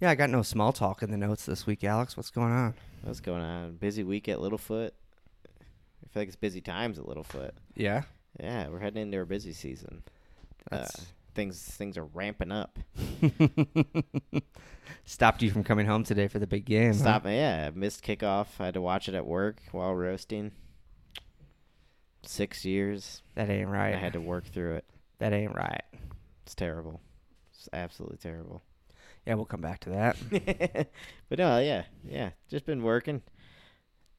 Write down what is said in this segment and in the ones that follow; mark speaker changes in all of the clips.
Speaker 1: Yeah, I got no small talk in the notes this week, Alex. What's going on?
Speaker 2: What's going on? Busy week at Littlefoot. I feel like it's busy times at Littlefoot.
Speaker 1: Yeah,
Speaker 2: Yeah, we're heading into our busy season. Uh,
Speaker 1: That's-
Speaker 2: things things are ramping up.
Speaker 1: stopped you from coming home today for the big game. huh?
Speaker 2: Stop. Yeah, I missed kickoff. I had to watch it at work while roasting. Six years.
Speaker 1: That ain't right.
Speaker 2: I had to work through it.
Speaker 1: That ain't right.
Speaker 2: It's terrible. It's absolutely terrible.
Speaker 1: Yeah, we'll come back to that.
Speaker 2: but no, yeah, yeah. Just been working.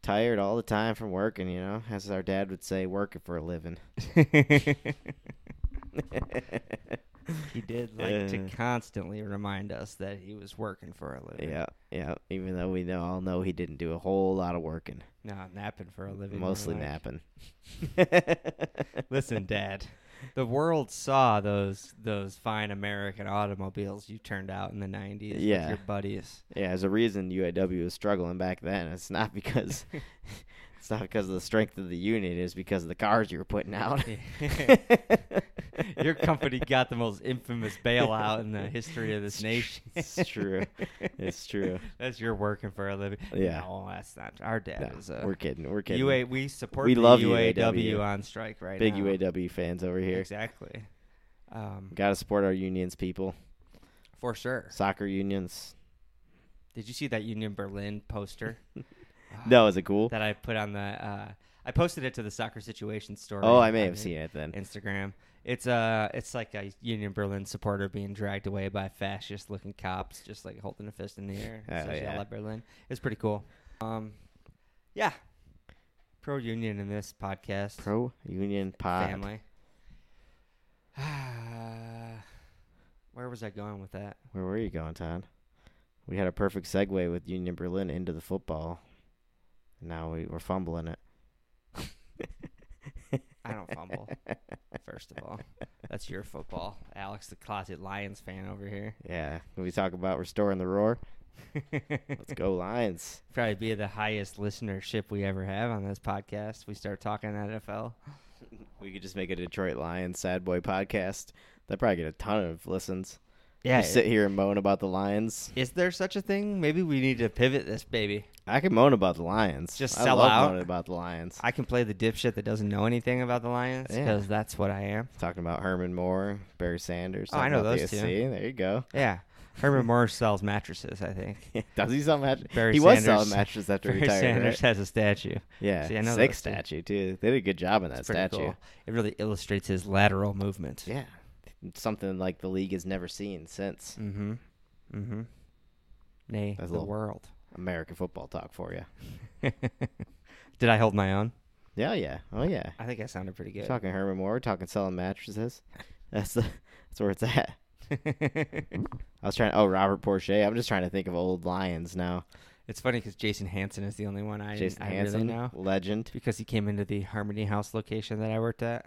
Speaker 2: Tired all the time from working, you know, as our dad would say, working for a living.
Speaker 1: he did like to
Speaker 2: Uh.
Speaker 1: constantly remind us that he was working for a living.
Speaker 2: Yeah, yeah. Even though we know all know he didn't do a whole lot of working,
Speaker 1: No, napping for a living. more
Speaker 2: mostly
Speaker 1: like.
Speaker 2: napping.
Speaker 1: Listen, Dad. The world saw those those fine American automobiles you turned out in the '90s with
Speaker 2: Yeah.
Speaker 1: your buddies.
Speaker 2: Yeah, there's a reason UAW was struggling back then. It's not because it's not because of the strength of the unit. It's because of the cars you were putting out.
Speaker 1: your company got the most infamous bailout in the history of this nation.
Speaker 2: It's true. It's true.
Speaker 1: That's your working for a living.
Speaker 2: Yeah.
Speaker 1: No, that's not our dad
Speaker 2: No,
Speaker 1: is a
Speaker 2: we're kidding. We're kidding.
Speaker 1: UA. We support
Speaker 2: We
Speaker 1: the
Speaker 2: love
Speaker 1: UAW,
Speaker 2: UAW.
Speaker 1: on strike right
Speaker 2: Big
Speaker 1: now.
Speaker 2: UAW fans over here.
Speaker 1: Exactly. Um,
Speaker 2: Got to support our unions, people.
Speaker 1: for sure.
Speaker 2: Soccer unions.
Speaker 1: Did you see that Union Berlin poster? Ah,
Speaker 2: No, is it cool?
Speaker 1: that I put on the. Uh, I posted it to the soccer situation story.
Speaker 2: Oh, I may
Speaker 1: on
Speaker 2: have
Speaker 1: the
Speaker 2: seen it then.
Speaker 1: Instagram. It's uh it's like a Union Berlin supporter being dragged away by fascist looking cops, just like holding a fist in the air. It
Speaker 2: Oh,
Speaker 1: says,
Speaker 2: yeah.
Speaker 1: "Yell at Berlin. It's pretty cool. Um, yeah, pro union in this podcast
Speaker 2: Pro union pod.
Speaker 1: family. Where was I going with that?
Speaker 2: Where were you going, Todd? We had a perfect segue with Union Berlin into the football. Now we, we're fumbling it.
Speaker 1: I don't fumble. first of all, that's your football, Alex, the closet Lions fan over here.
Speaker 2: Yeah. When we talk about restoring the roar, let's go Lions.
Speaker 1: Probably be the highest listenership we ever have on this podcast. We start talking NFL.
Speaker 2: We could just make a Detroit Lions sad boy podcast. They'd probably get a ton of listens.
Speaker 1: Yeah.
Speaker 2: You sit here and moan about the Lions.
Speaker 1: Is there such a thing? Maybe we need to pivot this baby.
Speaker 2: I can moan about the Lions.
Speaker 1: Just
Speaker 2: I
Speaker 1: sell
Speaker 2: love
Speaker 1: out.
Speaker 2: Moaning about the Lions.
Speaker 1: I can play the dipshit that doesn't know anything about the Lions
Speaker 2: Yeah.
Speaker 1: because that's what I am.
Speaker 2: Talking about Herman Moore, Barry Sanders.
Speaker 1: Oh, I
Speaker 2: talking
Speaker 1: know
Speaker 2: about the
Speaker 1: those two.
Speaker 2: SC. There you go.
Speaker 1: Yeah. Herman Morris sells mattresses, I think.
Speaker 2: Does he sell mattresses?
Speaker 1: Barry
Speaker 2: he was
Speaker 1: Sanders-
Speaker 2: selling mattresses after
Speaker 1: Barry
Speaker 2: he retired.
Speaker 1: Sanders
Speaker 2: right?
Speaker 1: has a statue.
Speaker 2: Yeah,
Speaker 1: See, I know
Speaker 2: sick
Speaker 1: those two.
Speaker 2: statue too. They did a good job on that
Speaker 1: It's pretty
Speaker 2: statue.
Speaker 1: cool. It really illustrates his lateral movement.
Speaker 2: Yeah, something like the league has never seen since.
Speaker 1: Mm-hmm. Mm-hmm. Nay,
Speaker 2: That's a
Speaker 1: the
Speaker 2: little-
Speaker 1: world.
Speaker 2: American football talk for you.
Speaker 1: Did I hold my own?
Speaker 2: Yeah, yeah, oh yeah.
Speaker 1: I think I sounded pretty good.
Speaker 2: Talking Herman Moore, talking selling mattresses. That's the that's where it's at. I was trying. Oh, Robert Porche. I'm just trying to think of old Lions now.
Speaker 1: it's funny because Jason Hansen is the only one I,
Speaker 2: Jason
Speaker 1: I
Speaker 2: Hanson,
Speaker 1: really know.
Speaker 2: legend.
Speaker 1: Because he came into the Harmony House location that I worked at.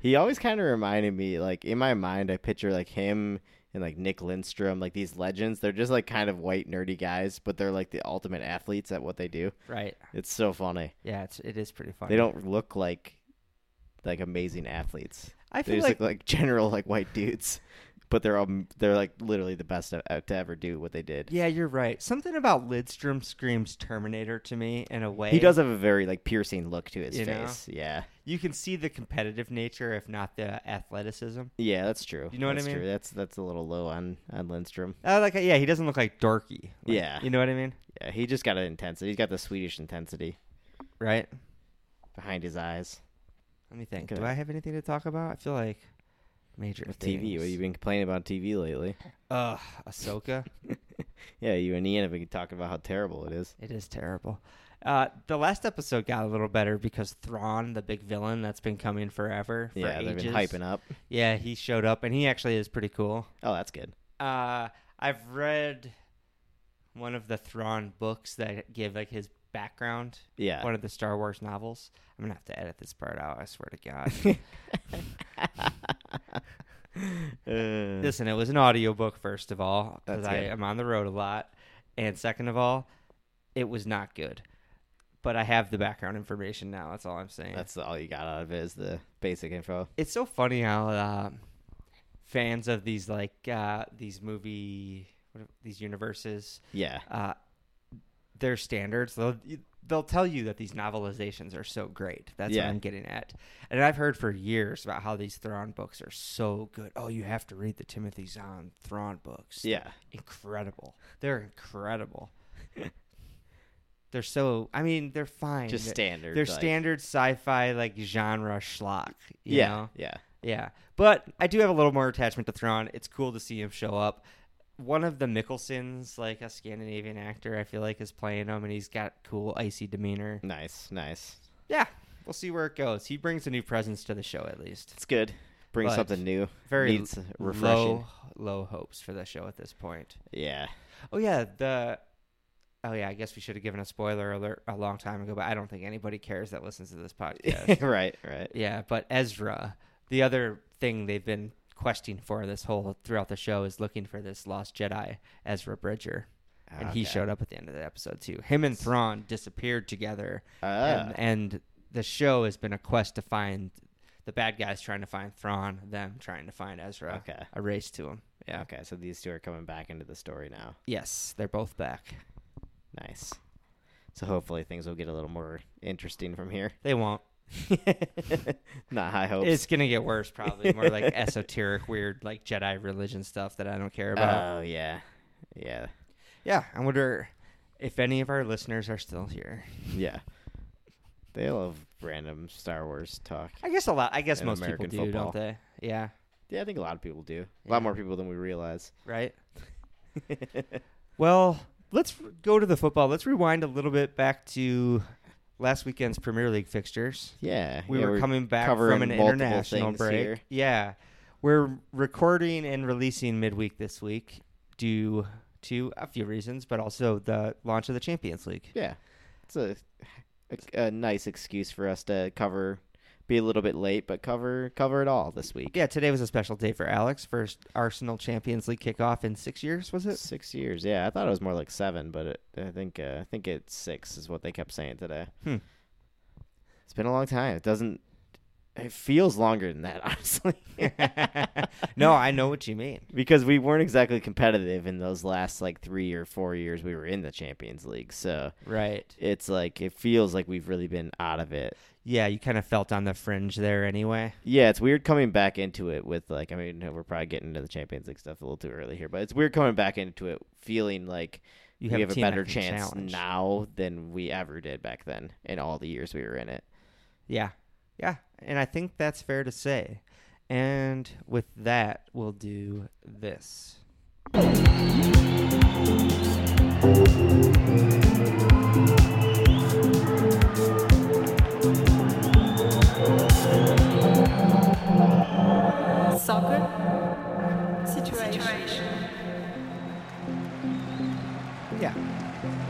Speaker 2: He always kind of reminded me, like in my mind, I picture like him and like Nick Lindstrom, like these legends. They're just like kind of white nerdy guys, but they're like the ultimate athletes at what they do.
Speaker 1: Right.
Speaker 2: It's so funny.
Speaker 1: Yeah, it's it is pretty funny.
Speaker 2: They don't look like like amazing athletes.
Speaker 1: I
Speaker 2: They
Speaker 1: feel
Speaker 2: just
Speaker 1: like,
Speaker 2: look like general like white dudes, but they're um, they're like literally the best to, to ever do what they did.
Speaker 1: yeah, you're right. Something about Lidstrom screams Terminator to me in a way.
Speaker 2: He does have a very like piercing look to his
Speaker 1: You know?
Speaker 2: face. Yeah,
Speaker 1: You can see the competitive nature, if not the athleticism.
Speaker 2: yeah, that's true.
Speaker 1: You know what I
Speaker 2: that's
Speaker 1: mean?
Speaker 2: True. That's that's a little low on on Lindstrom.
Speaker 1: Uh, like yeah, he doesn't look like dorky. Like,
Speaker 2: Yeah.
Speaker 1: you know what I mean,
Speaker 2: Yeah, he just got an intensity. He's got the Swedish intensity
Speaker 1: right?
Speaker 2: behind his eyes.
Speaker 1: Let me think.
Speaker 2: Okay.
Speaker 1: Do I have anything to talk about? I feel like major
Speaker 2: With TV, what have you been complaining about TV lately?
Speaker 1: Ugh, Ahsoka.
Speaker 2: Yeah, you and Ian have been talking about how terrible it is.
Speaker 1: it is terrible. Uh, the last episode got a little better because Thrawn, the big villain that's been coming forever, for
Speaker 2: yeah, they've
Speaker 1: ages,
Speaker 2: been hyping up.
Speaker 1: Yeah, he showed up, and he actually is pretty cool.
Speaker 2: Oh, that's good.
Speaker 1: Uh, I've read one of the Thrawn books that give like his background
Speaker 2: Yeah.
Speaker 1: one of the Star Wars novels. I'm gonna have to edit this part out. I swear to God.
Speaker 2: Uh,
Speaker 1: Listen, it was an audiobook first of all because
Speaker 2: That's
Speaker 1: I
Speaker 2: good.
Speaker 1: am on the road a lot, and second of all, it was not good. But I have the background information now. That's all I'm saying.
Speaker 2: That's all you got out of it is the basic info.
Speaker 1: it's so funny how um fans of these like uh, these movie what are these universes,
Speaker 2: Yeah.
Speaker 1: uh, their standards. They'll they'll tell you that these novelizations are so great. That's
Speaker 2: Yeah.
Speaker 1: what I'm getting at. And I've heard for years about how these Thrawn books are so good. Oh, you have to read the Timothy Zahn Thrawn books.
Speaker 2: Yeah.
Speaker 1: incredible. They're incredible. they're so. I mean, they're fine.
Speaker 2: Just
Speaker 1: They're-
Speaker 2: standard.
Speaker 1: They're
Speaker 2: like-
Speaker 1: standard sci-fi like genre schlock. You
Speaker 2: yeah.
Speaker 1: know?
Speaker 2: Yeah.
Speaker 1: Yeah, but I do have a little more attachment to Thrawn. It's cool to see him show up. One of the Mickelsons, like a Scandinavian actor, I feel like is playing him, and he's got cool icy demeanor.
Speaker 2: Nice. Nice.
Speaker 1: Yeah, we'll see where it goes. He brings a new presence to the show, at least.
Speaker 2: It's good. Bring
Speaker 1: But
Speaker 2: something new.
Speaker 1: Very
Speaker 2: Needs refreshing.
Speaker 1: low, low hopes for the show at this point.
Speaker 2: Yeah.
Speaker 1: Oh yeah, the. Oh yeah, I guess we should have given a spoiler alert a long time ago, but I don't think anybody cares that listens to this podcast.
Speaker 2: right. Right.
Speaker 1: Yeah, but Ezra, the other thing they've been questing for this whole throughout the show is looking for this lost Jedi, Ezra Bridger. And he
Speaker 2: Okay.
Speaker 1: showed up at the end of the episode too. Him and Thrawn disappeared together.
Speaker 2: Ah.
Speaker 1: And, and the show has been a quest to find the bad guys trying to find Thrawn, them trying to find Ezra.
Speaker 2: Okay.
Speaker 1: A race to him. Yeah.
Speaker 2: Okay. So these two are coming back into the story now.
Speaker 1: Yes, they're both back.
Speaker 2: Nice. So hopefully things will get a little more interesting from here.
Speaker 1: They won't.
Speaker 2: Not high hopes.
Speaker 1: It's gonna get worse probably. More like esoteric, weird like Jedi religion stuff that I don't care about.
Speaker 2: Oh yeah, yeah,
Speaker 1: Yeah, I wonder if any of our listeners are still here.
Speaker 2: yeah. They love random Star Wars talk.
Speaker 1: I guess a lot. I guess
Speaker 2: And
Speaker 1: most
Speaker 2: American
Speaker 1: people do,
Speaker 2: football.
Speaker 1: don't they? Yeah,
Speaker 2: Yeah, I think a lot of people do. A
Speaker 1: Yeah.
Speaker 2: lot more people than we realize.
Speaker 1: right. Well, let's r- go to the football. Let's rewind a little bit back to last weekend's Premier League fixtures.
Speaker 2: yeah,
Speaker 1: We
Speaker 2: yeah,
Speaker 1: were
Speaker 2: we're
Speaker 1: coming back
Speaker 2: covering
Speaker 1: from an
Speaker 2: multiple
Speaker 1: international
Speaker 2: things
Speaker 1: break.
Speaker 2: here.
Speaker 1: Yeah, we're recording and releasing midweek this week due to a few reasons, but also the launch of the Champions League.
Speaker 2: Yeah, it's a, a a nice excuse for us to cover, be a little bit late, but cover cover it all this week.
Speaker 1: Yeah, today was a special day for Alex. First Arsenal Champions League kickoff in six years, was it?
Speaker 2: Six years. Yeah, I thought it was more like seven, but it, I think uh, I think it's six is what they kept saying today.
Speaker 1: Hmm.
Speaker 2: It's been a long time. It doesn't. It feels longer than that, honestly.
Speaker 1: no, I know what you mean.
Speaker 2: because we weren't exactly competitive in those last like three or four years we were in the Champions League. So
Speaker 1: Right.
Speaker 2: it's like it feels like we've really been out of it.
Speaker 1: Yeah, you kind of felt on the fringe there anyway.
Speaker 2: Yeah, it's weird coming back into it with like I mean we're probably getting into the Champions League stuff a little too early here, but it's weird coming back into it feeling like
Speaker 1: You
Speaker 2: we have a
Speaker 1: team that
Speaker 2: better
Speaker 1: can
Speaker 2: chance
Speaker 1: challenge.
Speaker 2: now than we ever did back then in all the years we were in it.
Speaker 1: Yeah. Yeah. And I think that's fair to say. And with that, we'll do this.
Speaker 3: Soccer situation.
Speaker 1: Yeah.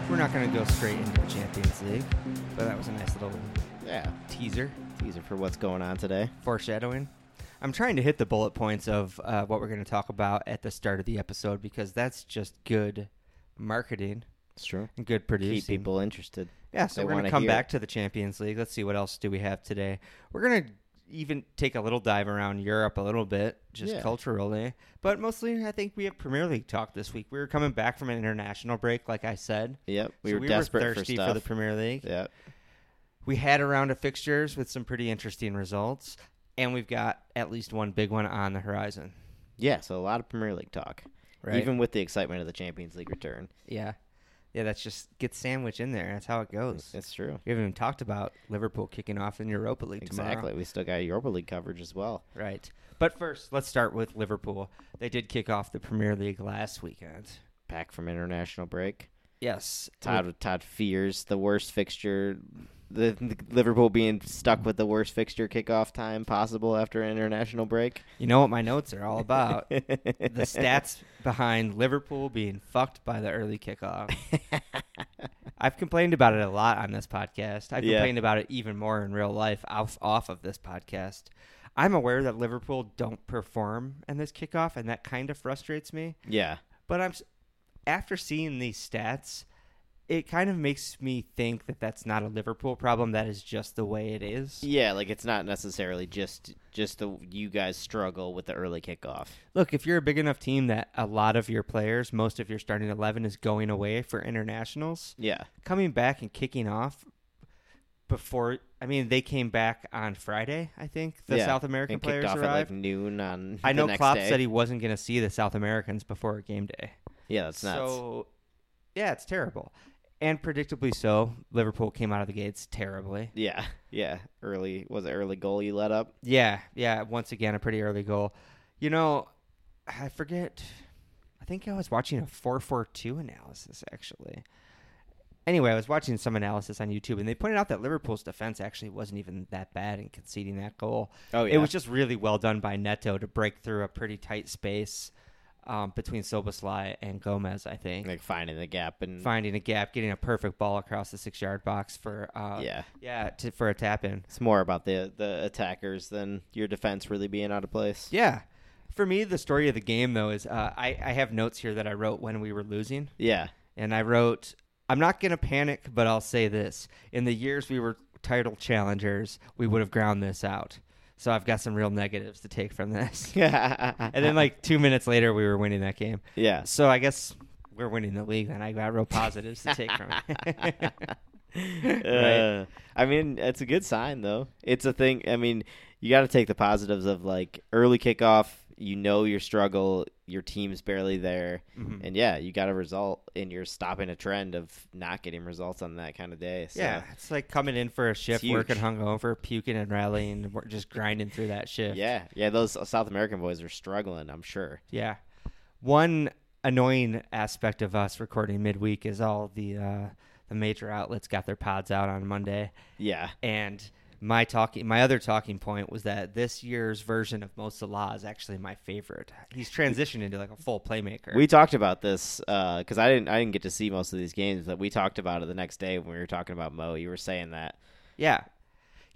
Speaker 1: We're not going to go straight into the Champions League, but that was a nice little
Speaker 2: Yeah,
Speaker 1: teaser,
Speaker 2: teaser for what's going on today.
Speaker 1: foreshadowing. I'm trying to hit the bullet points of uh, what we're going to talk about at the start of the episode because that's just good marketing
Speaker 2: It's true.
Speaker 1: and good producing.
Speaker 2: Keep people interested.
Speaker 1: Yeah, so
Speaker 2: They
Speaker 1: we're going to
Speaker 2: wanna
Speaker 1: come
Speaker 2: hear
Speaker 1: back to the Champions League. Let's see what else do we have today. We're going to even take a little dive around Europe a little bit, just
Speaker 2: Yeah.
Speaker 1: culturally. But mostly, I think we have Premier League talk this week. We were coming back from an international break, like I said.
Speaker 2: Yep, we
Speaker 1: So
Speaker 2: were desperate for
Speaker 1: thirsty
Speaker 2: stuff.
Speaker 1: the Premier League.
Speaker 2: yep.
Speaker 1: We had a round of fixtures with some pretty interesting results, and we've got at least one big one on the horizon.
Speaker 2: Yeah, so a lot of Premier League talk.
Speaker 1: Right.
Speaker 2: Even with the excitement of the Champions League return.
Speaker 1: Yeah, yeah. That's just get sandwich in there. That's how it goes.
Speaker 2: It's true.
Speaker 1: We haven't even talked about Liverpool kicking off in Europa League tomorrow.
Speaker 2: Exactly. We still got Europa League coverage as well.
Speaker 1: Right. But first, let's start with Liverpool. They did kick off the Premier League last weekend.
Speaker 2: Back from international break.
Speaker 1: Yes.
Speaker 2: Todd Todd fears the worst fixture the, the Liverpool being stuck with the worst fixture kickoff time possible after an international break.
Speaker 1: You know what my notes are all about? the stats behind Liverpool being fucked by the early kickoff. I've complained about it a lot on this podcast. I've
Speaker 2: Yeah.
Speaker 1: complained about it even more in real life off, off of this podcast. I'm aware that Liverpool don't perform in this kickoff, and that kind of frustrates me.
Speaker 2: Yeah.
Speaker 1: But I'm s- after seeing these stats, it kind of makes me think that that's not a Liverpool problem. That is just the way it is.
Speaker 2: Yeah, like it's not necessarily just just the you guys struggle with the early kickoff.
Speaker 1: Look, if you're a big enough team that a lot of your players, most of your starting 11 is going away for internationals,
Speaker 2: Yeah.
Speaker 1: coming back and kicking off before I mean, they came back on Friday, I think. The
Speaker 2: Yeah,
Speaker 1: South American
Speaker 2: And kicked
Speaker 1: players
Speaker 2: off
Speaker 1: arrived.
Speaker 2: at like noon on
Speaker 1: I
Speaker 2: the
Speaker 1: know
Speaker 2: next
Speaker 1: Klopp
Speaker 2: day.
Speaker 1: said he wasn't going to see the South Americans before game day.
Speaker 2: Yeah, that's nuts.
Speaker 1: So, yeah, it's terrible. And predictably so, Liverpool came out of the gates terribly.
Speaker 2: yeah. Yeah. Early was it early goal you let up?
Speaker 1: Yeah, yeah, once again, a pretty early goal. You know, I forget. I think I was watching a 4 4 2 analysis, actually. Anyway, I was watching some analysis on YouTube, and they pointed out that Liverpool's defense actually wasn't even that bad in conceding that goal.
Speaker 2: Oh
Speaker 1: It was just really well done by Neto to break through a pretty tight space um, between Soboslai and Gomez, I think.
Speaker 2: like finding the gap and
Speaker 1: Finding a gap, getting a perfect ball across the six yard box for uh,
Speaker 2: yeah.
Speaker 1: yeah to, for a tap in.
Speaker 2: It's more about the the attackers than your defense really being out of place.
Speaker 1: Yeah. For me, the story of the game, though, is uh, I, I have notes here that I wrote when we were losing.
Speaker 2: Yeah.
Speaker 1: And I wrote, I'm not going to panic, but I'll say this. In the years we were title challengers, we would have ground this out. So I've got some real negatives to take from this. and then, like, two minutes later, we were winning that game.
Speaker 2: yeah.
Speaker 1: So I guess we're winning the league, then. I got real positives to take from it.
Speaker 2: Uh, I mean, it's a good sign though. It's a thing. I mean, you got to take the positives of like early kickoff. You know your struggle. Your team's barely there,
Speaker 1: Mhm.
Speaker 2: and yeah, you got a result, and you're stopping a trend of not getting results on that kind of day. So.
Speaker 1: Yeah, it's like coming in for a shift,
Speaker 2: huge.
Speaker 1: working hungover, puking and rallying, and we're just grinding through that shift.
Speaker 2: Yeah, yeah, those uh, South American boys are struggling, I'm sure.
Speaker 1: Yeah. One annoying aspect of us recording midweek is all the uh, the major outlets got their pods out on Monday,
Speaker 2: Yeah.
Speaker 1: and my talking my other talking point was that this year's version of Mo Salah is actually my favorite. He's transitioned into like a full playmaker.
Speaker 2: We talked about this because I didn't I didn't get to see most of these games, but we talked about it the next day when we were talking about Mo. You were saying that,
Speaker 1: yeah.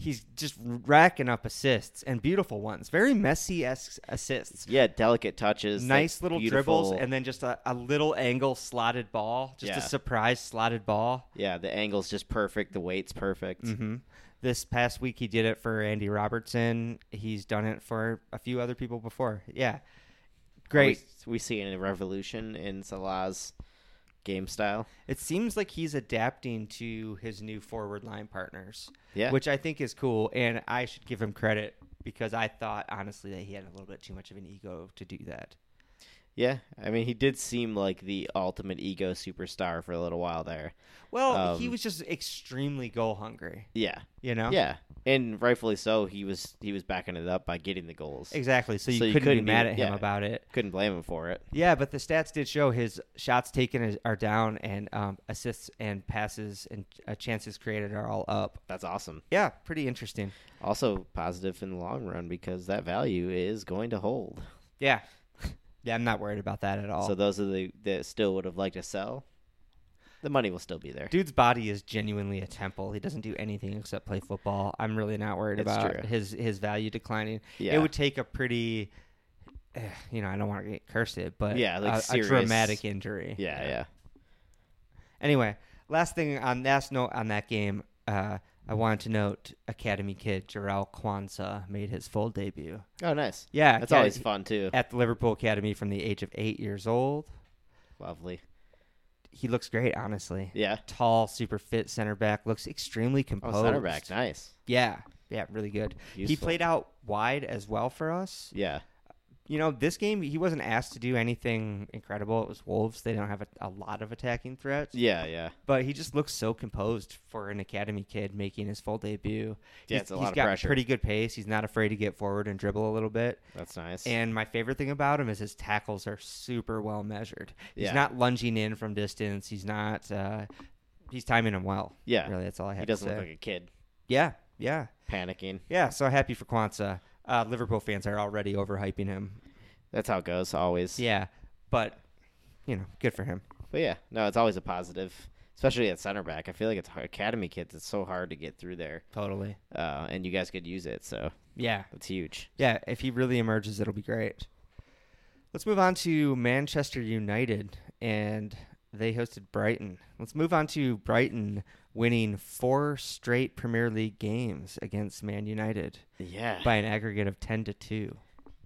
Speaker 1: He's just racking up assists and beautiful ones, very messy esque assists.
Speaker 2: yeah, delicate touches, like,
Speaker 1: nice little dribbles,
Speaker 2: beautiful-
Speaker 1: and then just a, a little angle slotted ball, just
Speaker 2: Yeah.
Speaker 1: a surprise slotted ball.
Speaker 2: yeah, the angle's just perfect, the weight's perfect.
Speaker 1: hmm This past week, he did it for Andy Robertson. He's done it for a few other people before. Yeah, great.
Speaker 2: We, we see a revolution in Salah's game style.
Speaker 1: It seems like he's adapting to his new forward line partners,
Speaker 2: Yeah,
Speaker 1: which I think is cool, and I should give him credit because I thought honestly that he had a little bit too much of an ego to do that.
Speaker 2: yeah. I mean, he did seem like the ultimate ego superstar for a little while there.
Speaker 1: Well, he
Speaker 2: Um,
Speaker 1: was just extremely goal hungry,
Speaker 2: Yeah,
Speaker 1: you know.
Speaker 2: yeah, and rightfully so. He was he was backing it up by getting the goals.
Speaker 1: exactly. So you,
Speaker 2: So you
Speaker 1: couldn't,
Speaker 2: couldn't
Speaker 1: be
Speaker 2: be-
Speaker 1: mad at him
Speaker 2: yeah.
Speaker 1: about it.
Speaker 2: Couldn't blame him for it.
Speaker 1: Yeah, but the stats did show his shots taken is, are down, and um, assists and passes and uh, chances created are all up.
Speaker 2: That's awesome.
Speaker 1: Yeah, pretty interesting.
Speaker 2: Also positive in the long run because that value is going to hold.
Speaker 1: Yeah, yeah, I'm not worried about that at all.
Speaker 2: So those are the that still would have liked to sell. The money will still be there.
Speaker 1: Dude's body is genuinely a temple. He doesn't do anything except play football. I'm really not worried
Speaker 2: It's
Speaker 1: about
Speaker 2: true.
Speaker 1: his his value declining.
Speaker 2: Yeah.
Speaker 1: It would take a pretty, eh, you know, I don't want to get cursed, but
Speaker 2: Yeah, like
Speaker 1: a- a,
Speaker 2: serious-
Speaker 1: dramatic injury.
Speaker 2: yeah, yeah.
Speaker 1: Anyway, last thing on last note on that game, uh, I wanted to note Academy kid Jarrell Kwanzaa made his full debut.
Speaker 2: Oh, nice.
Speaker 1: Yeah,
Speaker 2: That's
Speaker 1: Acad-
Speaker 2: always fun too.
Speaker 1: at the Liverpool Academy from the age of eight years old.
Speaker 2: Lovely.
Speaker 1: He looks great, honestly.
Speaker 2: Yeah.
Speaker 1: Tall, super fit center back. Looks extremely
Speaker 2: Oh,
Speaker 1: composed.
Speaker 2: center back. Nice.
Speaker 1: Yeah, yeah, really good. He
Speaker 2: Useful.
Speaker 1: played out wide as well for us.
Speaker 2: Yeah.
Speaker 1: You know, this game he wasn't asked to do anything incredible. It was Wolves. They don't have a, a lot of attacking threats.
Speaker 2: Yeah, yeah.
Speaker 1: but he just looks so composed for an academy kid making his full debut.
Speaker 2: Yeah,
Speaker 1: He's-
Speaker 2: it's a
Speaker 1: he's
Speaker 2: lot of
Speaker 1: got
Speaker 2: pressure.
Speaker 1: pretty good pace. He's not afraid to get forward and dribble a little bit.
Speaker 2: That's nice.
Speaker 1: And my favorite thing about him is his tackles are super well measured. He's
Speaker 2: Yeah.
Speaker 1: not lunging in from distance. He's not. Uh, he's timing him well.
Speaker 2: yeah.
Speaker 1: Really, that's all I have
Speaker 2: He
Speaker 1: to
Speaker 2: doesn't
Speaker 1: say.
Speaker 2: look like a kid
Speaker 1: yeah, yeah,
Speaker 2: panicking.
Speaker 1: yeah. So happy for Kwanzaa. Uh, Liverpool fans are already overhyping him.
Speaker 2: That's how it goes always.
Speaker 1: Yeah, but you know, good for him.
Speaker 2: But yeah, no, it's always a positive. Especially at center back. I feel like it's hard. academy kids, it's so hard to get through there.
Speaker 1: Totally.
Speaker 2: Uh, and you guys could use it, so
Speaker 1: Yeah.
Speaker 2: that's huge.
Speaker 1: Yeah, if he really emerges, it'll be great. Let's move on to Manchester United and they hosted Brighton. Let's move on to Brighton winning four straight Premier League games against Man United
Speaker 2: Yeah.
Speaker 1: by an aggregate of 10 to 2.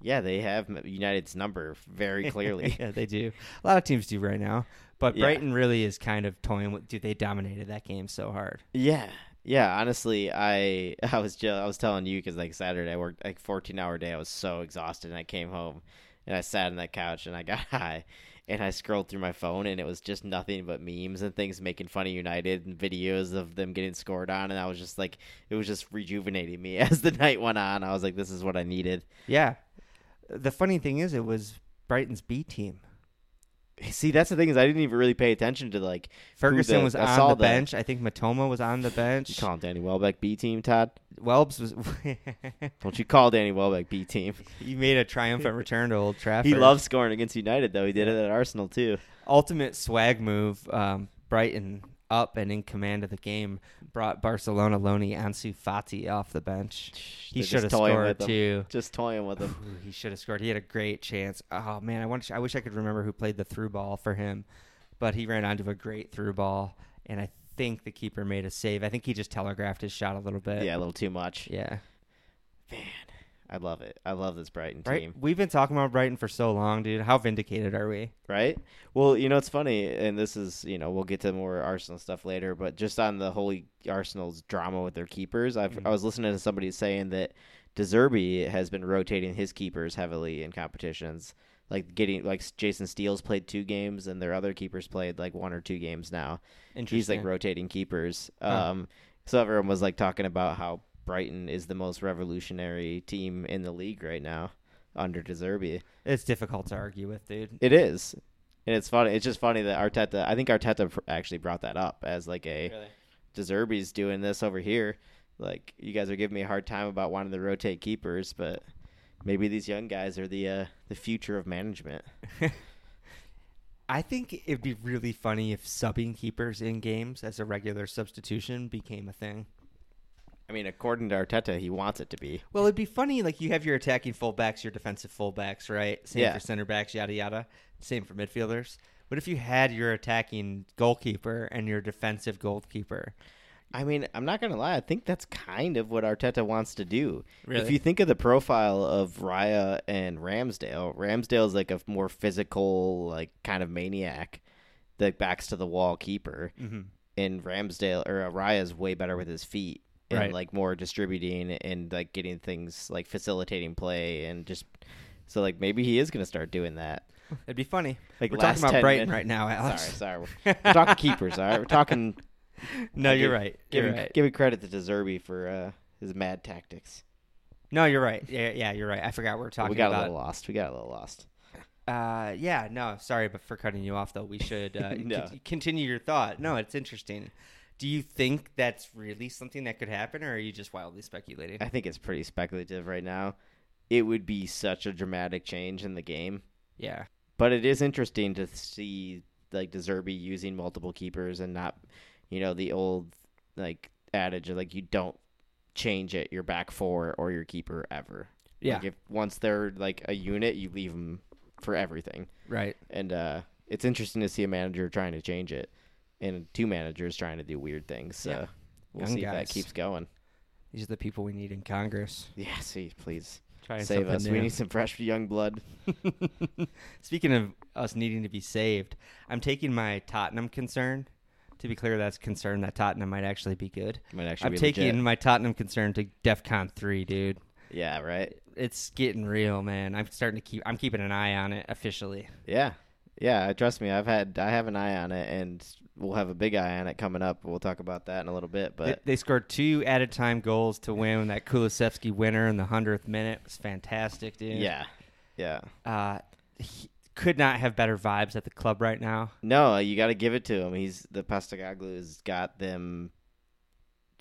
Speaker 2: yeah, they have M- United's number very clearly.
Speaker 1: yeah, they do. A lot of teams do right now, but
Speaker 2: Yeah.
Speaker 1: Brighton really is kind of toying with dude, they dominated that game so hard.
Speaker 2: yeah. Yeah, honestly, I I was just, I was telling you cuz like Saturday I worked like 14-hour day. I was so exhausted and I came home and I sat on that couch and I got high and I scrolled through my phone and it was just nothing but memes and things making fun of United and videos of them getting scored on and I was just like it was just rejuvenating me as the night went on. I was like this is what I needed.
Speaker 1: Yeah. The funny thing is it was Brighton's B team.
Speaker 2: See, that's the thing is I didn't even really pay attention to like
Speaker 1: Ferguson
Speaker 2: the-
Speaker 1: was
Speaker 2: I
Speaker 1: on
Speaker 2: saw
Speaker 1: the
Speaker 2: that.
Speaker 1: bench. I think Matoma was on the bench.
Speaker 2: call him Danny Welbeck B team, Todd.
Speaker 1: Welbs was
Speaker 2: Don't you call Danny Welbeck B team.
Speaker 1: he made a triumphant return to Old Trafford.
Speaker 2: He loves scoring against United though. He did it at Arsenal too.
Speaker 1: ultimate swag move. Um, Brighton up and in command of the game brought Barcelona loanee Ansu Fati off the bench. He
Speaker 2: They're
Speaker 1: should have
Speaker 2: just toying
Speaker 1: scored
Speaker 2: with him.
Speaker 1: too.
Speaker 2: Just toying with him.
Speaker 1: Ooh, he should have scored. He had a great chance. Oh man, I wish I wish I could remember who played the through ball for him, but he ran onto a great through ball, and I think the keeper made a save. I think he just telegraphed his shot a little bit.
Speaker 2: Yeah, a little too much.
Speaker 1: yeah.
Speaker 2: Man, I love it. I love this Brighton
Speaker 1: Bright-
Speaker 2: team.
Speaker 1: We've been talking about Brighton for so long, dude. How vindicated are we?
Speaker 2: right? Well, you know it's funny, and this is you know we'll get to more Arsenal stuff later, but just on the whole Arsenal's drama with their keepers, I've,
Speaker 1: Mm-hmm.
Speaker 2: I was listening to somebody saying that Deserby has been rotating his keepers heavily in competitions, like getting like Jason Steele's played two games, and their other keepers played like one or two games now. He's like rotating keepers.
Speaker 1: Huh.
Speaker 2: Um, so everyone was like talking about how Brighton is the most revolutionary team in the league right now under Deserby.
Speaker 1: it's difficult to argue with, dude.
Speaker 2: It is, and it's funny. It's just funny that Arteta. I think Arteta pr- actually brought that up as like a Deserby's doing this over here. Like you guys are giving me a hard time about wanting to rotate keepers, but maybe these young guys are the uh, the future of management.
Speaker 1: I think it'd be really funny if subbing keepers in games as a regular substitution became a thing.
Speaker 2: I mean, according to Arteta, he wants it to be.
Speaker 1: Well, it'd be funny. Like you have your attacking fullbacks, your defensive fullbacks, right? Same
Speaker 2: Yeah.
Speaker 1: for center backs, yada yada. Same for midfielders. What if you had your attacking goalkeeper and your defensive goalkeeper?
Speaker 2: I mean, I'm not gonna lie. I think that's kind of what Arteta wants to do. If
Speaker 1: Really?
Speaker 2: you think of the profile of Raya and Ramsdale, Ramsdale's like a more physical, like kind of maniac, that backs to the wall keeper.
Speaker 1: Mm-hmm.
Speaker 2: and Ramsdale or Araya's way better with his feet and
Speaker 1: Right.
Speaker 2: like more distributing and like getting things like facilitating play and just so like maybe he is gonna start doing that.
Speaker 1: It'd be funny.
Speaker 2: Like
Speaker 1: We're
Speaker 2: last
Speaker 1: talking about
Speaker 2: 10
Speaker 1: Brighton
Speaker 2: minutes-
Speaker 1: right now, Alex.
Speaker 2: Sorry, sorry. We're, we're talking keepers. All right, we're talking.
Speaker 1: No, you're
Speaker 2: give-
Speaker 1: right. You're
Speaker 2: Giving,
Speaker 1: right.
Speaker 2: giving credit to Deserby for uh, his mad tactics.
Speaker 1: No, you're right. Yeah, yeah, you're right. I forgot we were
Speaker 2: But
Speaker 1: talking
Speaker 2: we got a
Speaker 1: about.
Speaker 2: little lost. We got a little lost.
Speaker 1: Uh, yeah, no, sorry, but for cutting you off though, we should uh,
Speaker 2: No.
Speaker 1: con- continue your thought. No, it's interesting. Do you think that's really something that could happen, or are you just wildly speculating?
Speaker 2: I think it's pretty speculative right now. It would be such a dramatic change in the game.
Speaker 1: Yeah,
Speaker 2: but it is interesting to see like Deserby using multiple keepers and not, you know, the old like adage of like you don't change it your back four or your keeper ever.
Speaker 1: yeah,
Speaker 2: Like if once they're like a unit, you leave them for everything.
Speaker 1: right.
Speaker 2: And uh it's interesting to see a manager trying to change it and two managers trying to do weird things. So
Speaker 1: Yeah.
Speaker 2: we'll
Speaker 1: Young
Speaker 2: see if
Speaker 1: guys.
Speaker 2: that keeps going.
Speaker 1: These are the people we need in Congress.
Speaker 2: Yeah, see, please
Speaker 1: Trying
Speaker 2: save us. We need some fresh young blood.
Speaker 1: Speaking of us needing to be saved, I'm taking my Tottenham concern. To be clear, that's concern that Tottenham might actually be good.
Speaker 2: Might actually
Speaker 1: I'm
Speaker 2: be
Speaker 1: taking
Speaker 2: legit.
Speaker 1: my Tottenham concern to DEFCON three, dude.
Speaker 2: Yeah, right.
Speaker 1: It's getting real, man. I'm starting to keep. I'm keeping an eye on it officially.
Speaker 2: Yeah. Yeah, I- trust me. I've had I have an eye on it and we'll have a big eye on it coming up. We'll talk about that in a little bit,
Speaker 1: They,
Speaker 2: but
Speaker 1: they scored two added time goals to win that Kulisevsky winner in the hundredth minute. It was fantastic, dude.
Speaker 2: yeah. Yeah.
Speaker 1: Uh, he could not have better vibes at the club right now.
Speaker 2: No, uh, you got to give it to him. He's the Pastagaglu's got them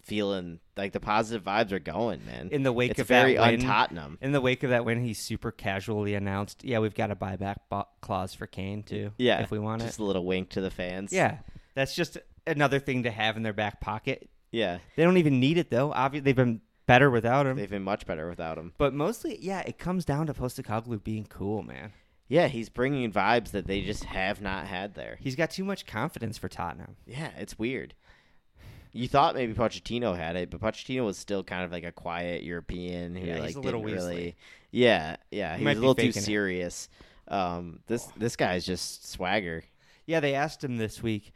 Speaker 2: feeling like the positive vibes are going, man.
Speaker 1: In the wake
Speaker 2: Mm. it's
Speaker 1: of
Speaker 2: very
Speaker 1: that win,
Speaker 2: un-Tottenham.
Speaker 1: in the wake of that win, he super casually announced, "Yeah, we've got a buyback bo- clause for Kane too.
Speaker 2: Yeah.
Speaker 1: if we want
Speaker 2: Just
Speaker 1: it.
Speaker 2: a little wink to the fans.
Speaker 1: Yeah, that's just another thing to have in their back pocket.
Speaker 2: Yeah.
Speaker 1: They don't even need it though. Obviously, they've been better without him.
Speaker 2: They've been much better without him.
Speaker 1: but mostly, yeah, it comes down to Postacoglu being cool, man.
Speaker 2: yeah, he's bringing vibes that they just have not had there.
Speaker 1: He's got too much confidence for Tottenham.
Speaker 2: Yeah, it's weird. You thought maybe Pochettino had it, but Pochettino was still kind of like a quiet European who
Speaker 1: Yeah, he's
Speaker 2: like
Speaker 1: a little
Speaker 2: didn't
Speaker 1: Weasley.
Speaker 2: really. Yeah, yeah,
Speaker 1: He
Speaker 2: he,
Speaker 1: might
Speaker 2: was
Speaker 1: be
Speaker 2: a little too
Speaker 1: faking it.
Speaker 2: serious. Um, this this guy's just swagger.
Speaker 1: Yeah, they asked him this week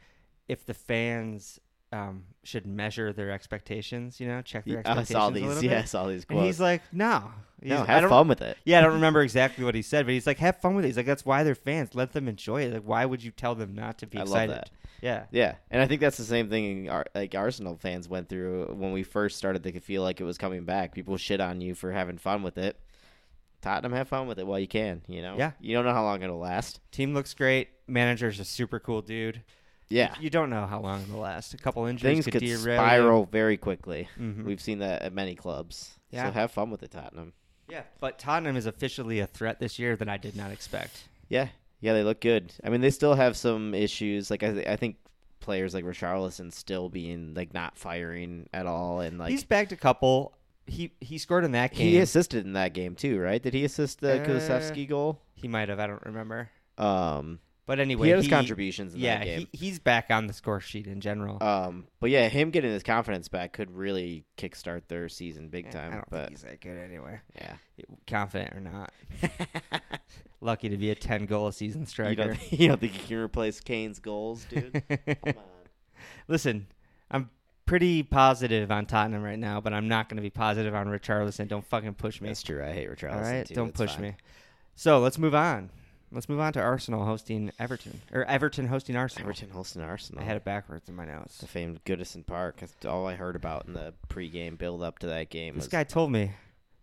Speaker 1: if the fans um, should measure their expectations. You know, check their
Speaker 2: I
Speaker 1: expectations
Speaker 2: saw
Speaker 1: a little
Speaker 2: these.
Speaker 1: bit.
Speaker 2: Yeah, I saw these
Speaker 1: and
Speaker 2: quotes.
Speaker 1: he's like, no, He's-
Speaker 2: no,
Speaker 1: I
Speaker 2: have
Speaker 1: don't-
Speaker 2: fun with it.
Speaker 1: Yeah, I don't remember exactly what he said, but he's like, "Have fun with it." He's like, "That's why they're fans. Let them enjoy it. Like, why would you tell them not to be
Speaker 2: I love
Speaker 1: excited?"
Speaker 2: that.
Speaker 1: Yeah,
Speaker 2: Yeah, and I think that's the same thing our, like Arsenal fans went through when we first started to feel like it was coming back. People shit on you for having fun with it. Tottenham, have fun with it while you can. You know.
Speaker 1: Yeah.
Speaker 2: You don't know how long it'll last.
Speaker 1: team looks great. Manager's a super cool dude.
Speaker 2: Yeah.
Speaker 1: you don't know how long it'll last. A couple injuries
Speaker 2: Things
Speaker 1: could,
Speaker 2: could
Speaker 1: derail you.
Speaker 2: spiral very quickly.
Speaker 1: Mhm.
Speaker 2: We've seen that at many clubs.
Speaker 1: Yeah.
Speaker 2: So have fun with it, Tottenham.
Speaker 1: Yeah, but Tottenham is officially a threat this year that I did not expect.
Speaker 2: Yeah, yeah, they look good. I mean, they still have some issues. Like I, th- I think players like Richarlison still being like not firing at all, and like
Speaker 1: He's bagged a couple. He he scored in that game.
Speaker 2: he assisted in that game too, right? Did he assist the
Speaker 1: Uh,
Speaker 2: Kulusevski goal?
Speaker 1: He might have. I don't remember.
Speaker 2: Um,
Speaker 1: But anyway,
Speaker 2: he had his contributions in
Speaker 1: Yeah,
Speaker 2: that game.
Speaker 1: He, he's back on the score sheet in general.
Speaker 2: um, but yeah, him getting his confidence back could really kickstart their season big
Speaker 1: I
Speaker 2: time.
Speaker 1: don't
Speaker 2: But
Speaker 1: think he's that good anyway.
Speaker 2: yeah,
Speaker 1: Confident or not, lucky to be a ten goal a season
Speaker 2: you don't,
Speaker 1: striker.
Speaker 2: you don't think he can replace Kane's goals, dude? Come on.
Speaker 1: Listen, I'm pretty positive on Tottenham right now, but I'm not going to be positive on Richarlison. Don't fucking push me.
Speaker 2: That's true. I hate Richarlison.
Speaker 1: All right,
Speaker 2: too.
Speaker 1: don't
Speaker 2: It's
Speaker 1: push
Speaker 2: fine.
Speaker 1: me. So let's move on. Let's move on to Arsenal hosting Everton or Everton hosting Arsenal.
Speaker 2: Everton Holston Arsenal.
Speaker 1: I had it backwards in my notes.
Speaker 2: the famed Goodison Park. That's all I heard about in the pregame build up to that game.
Speaker 1: This
Speaker 2: Was,
Speaker 1: guy told me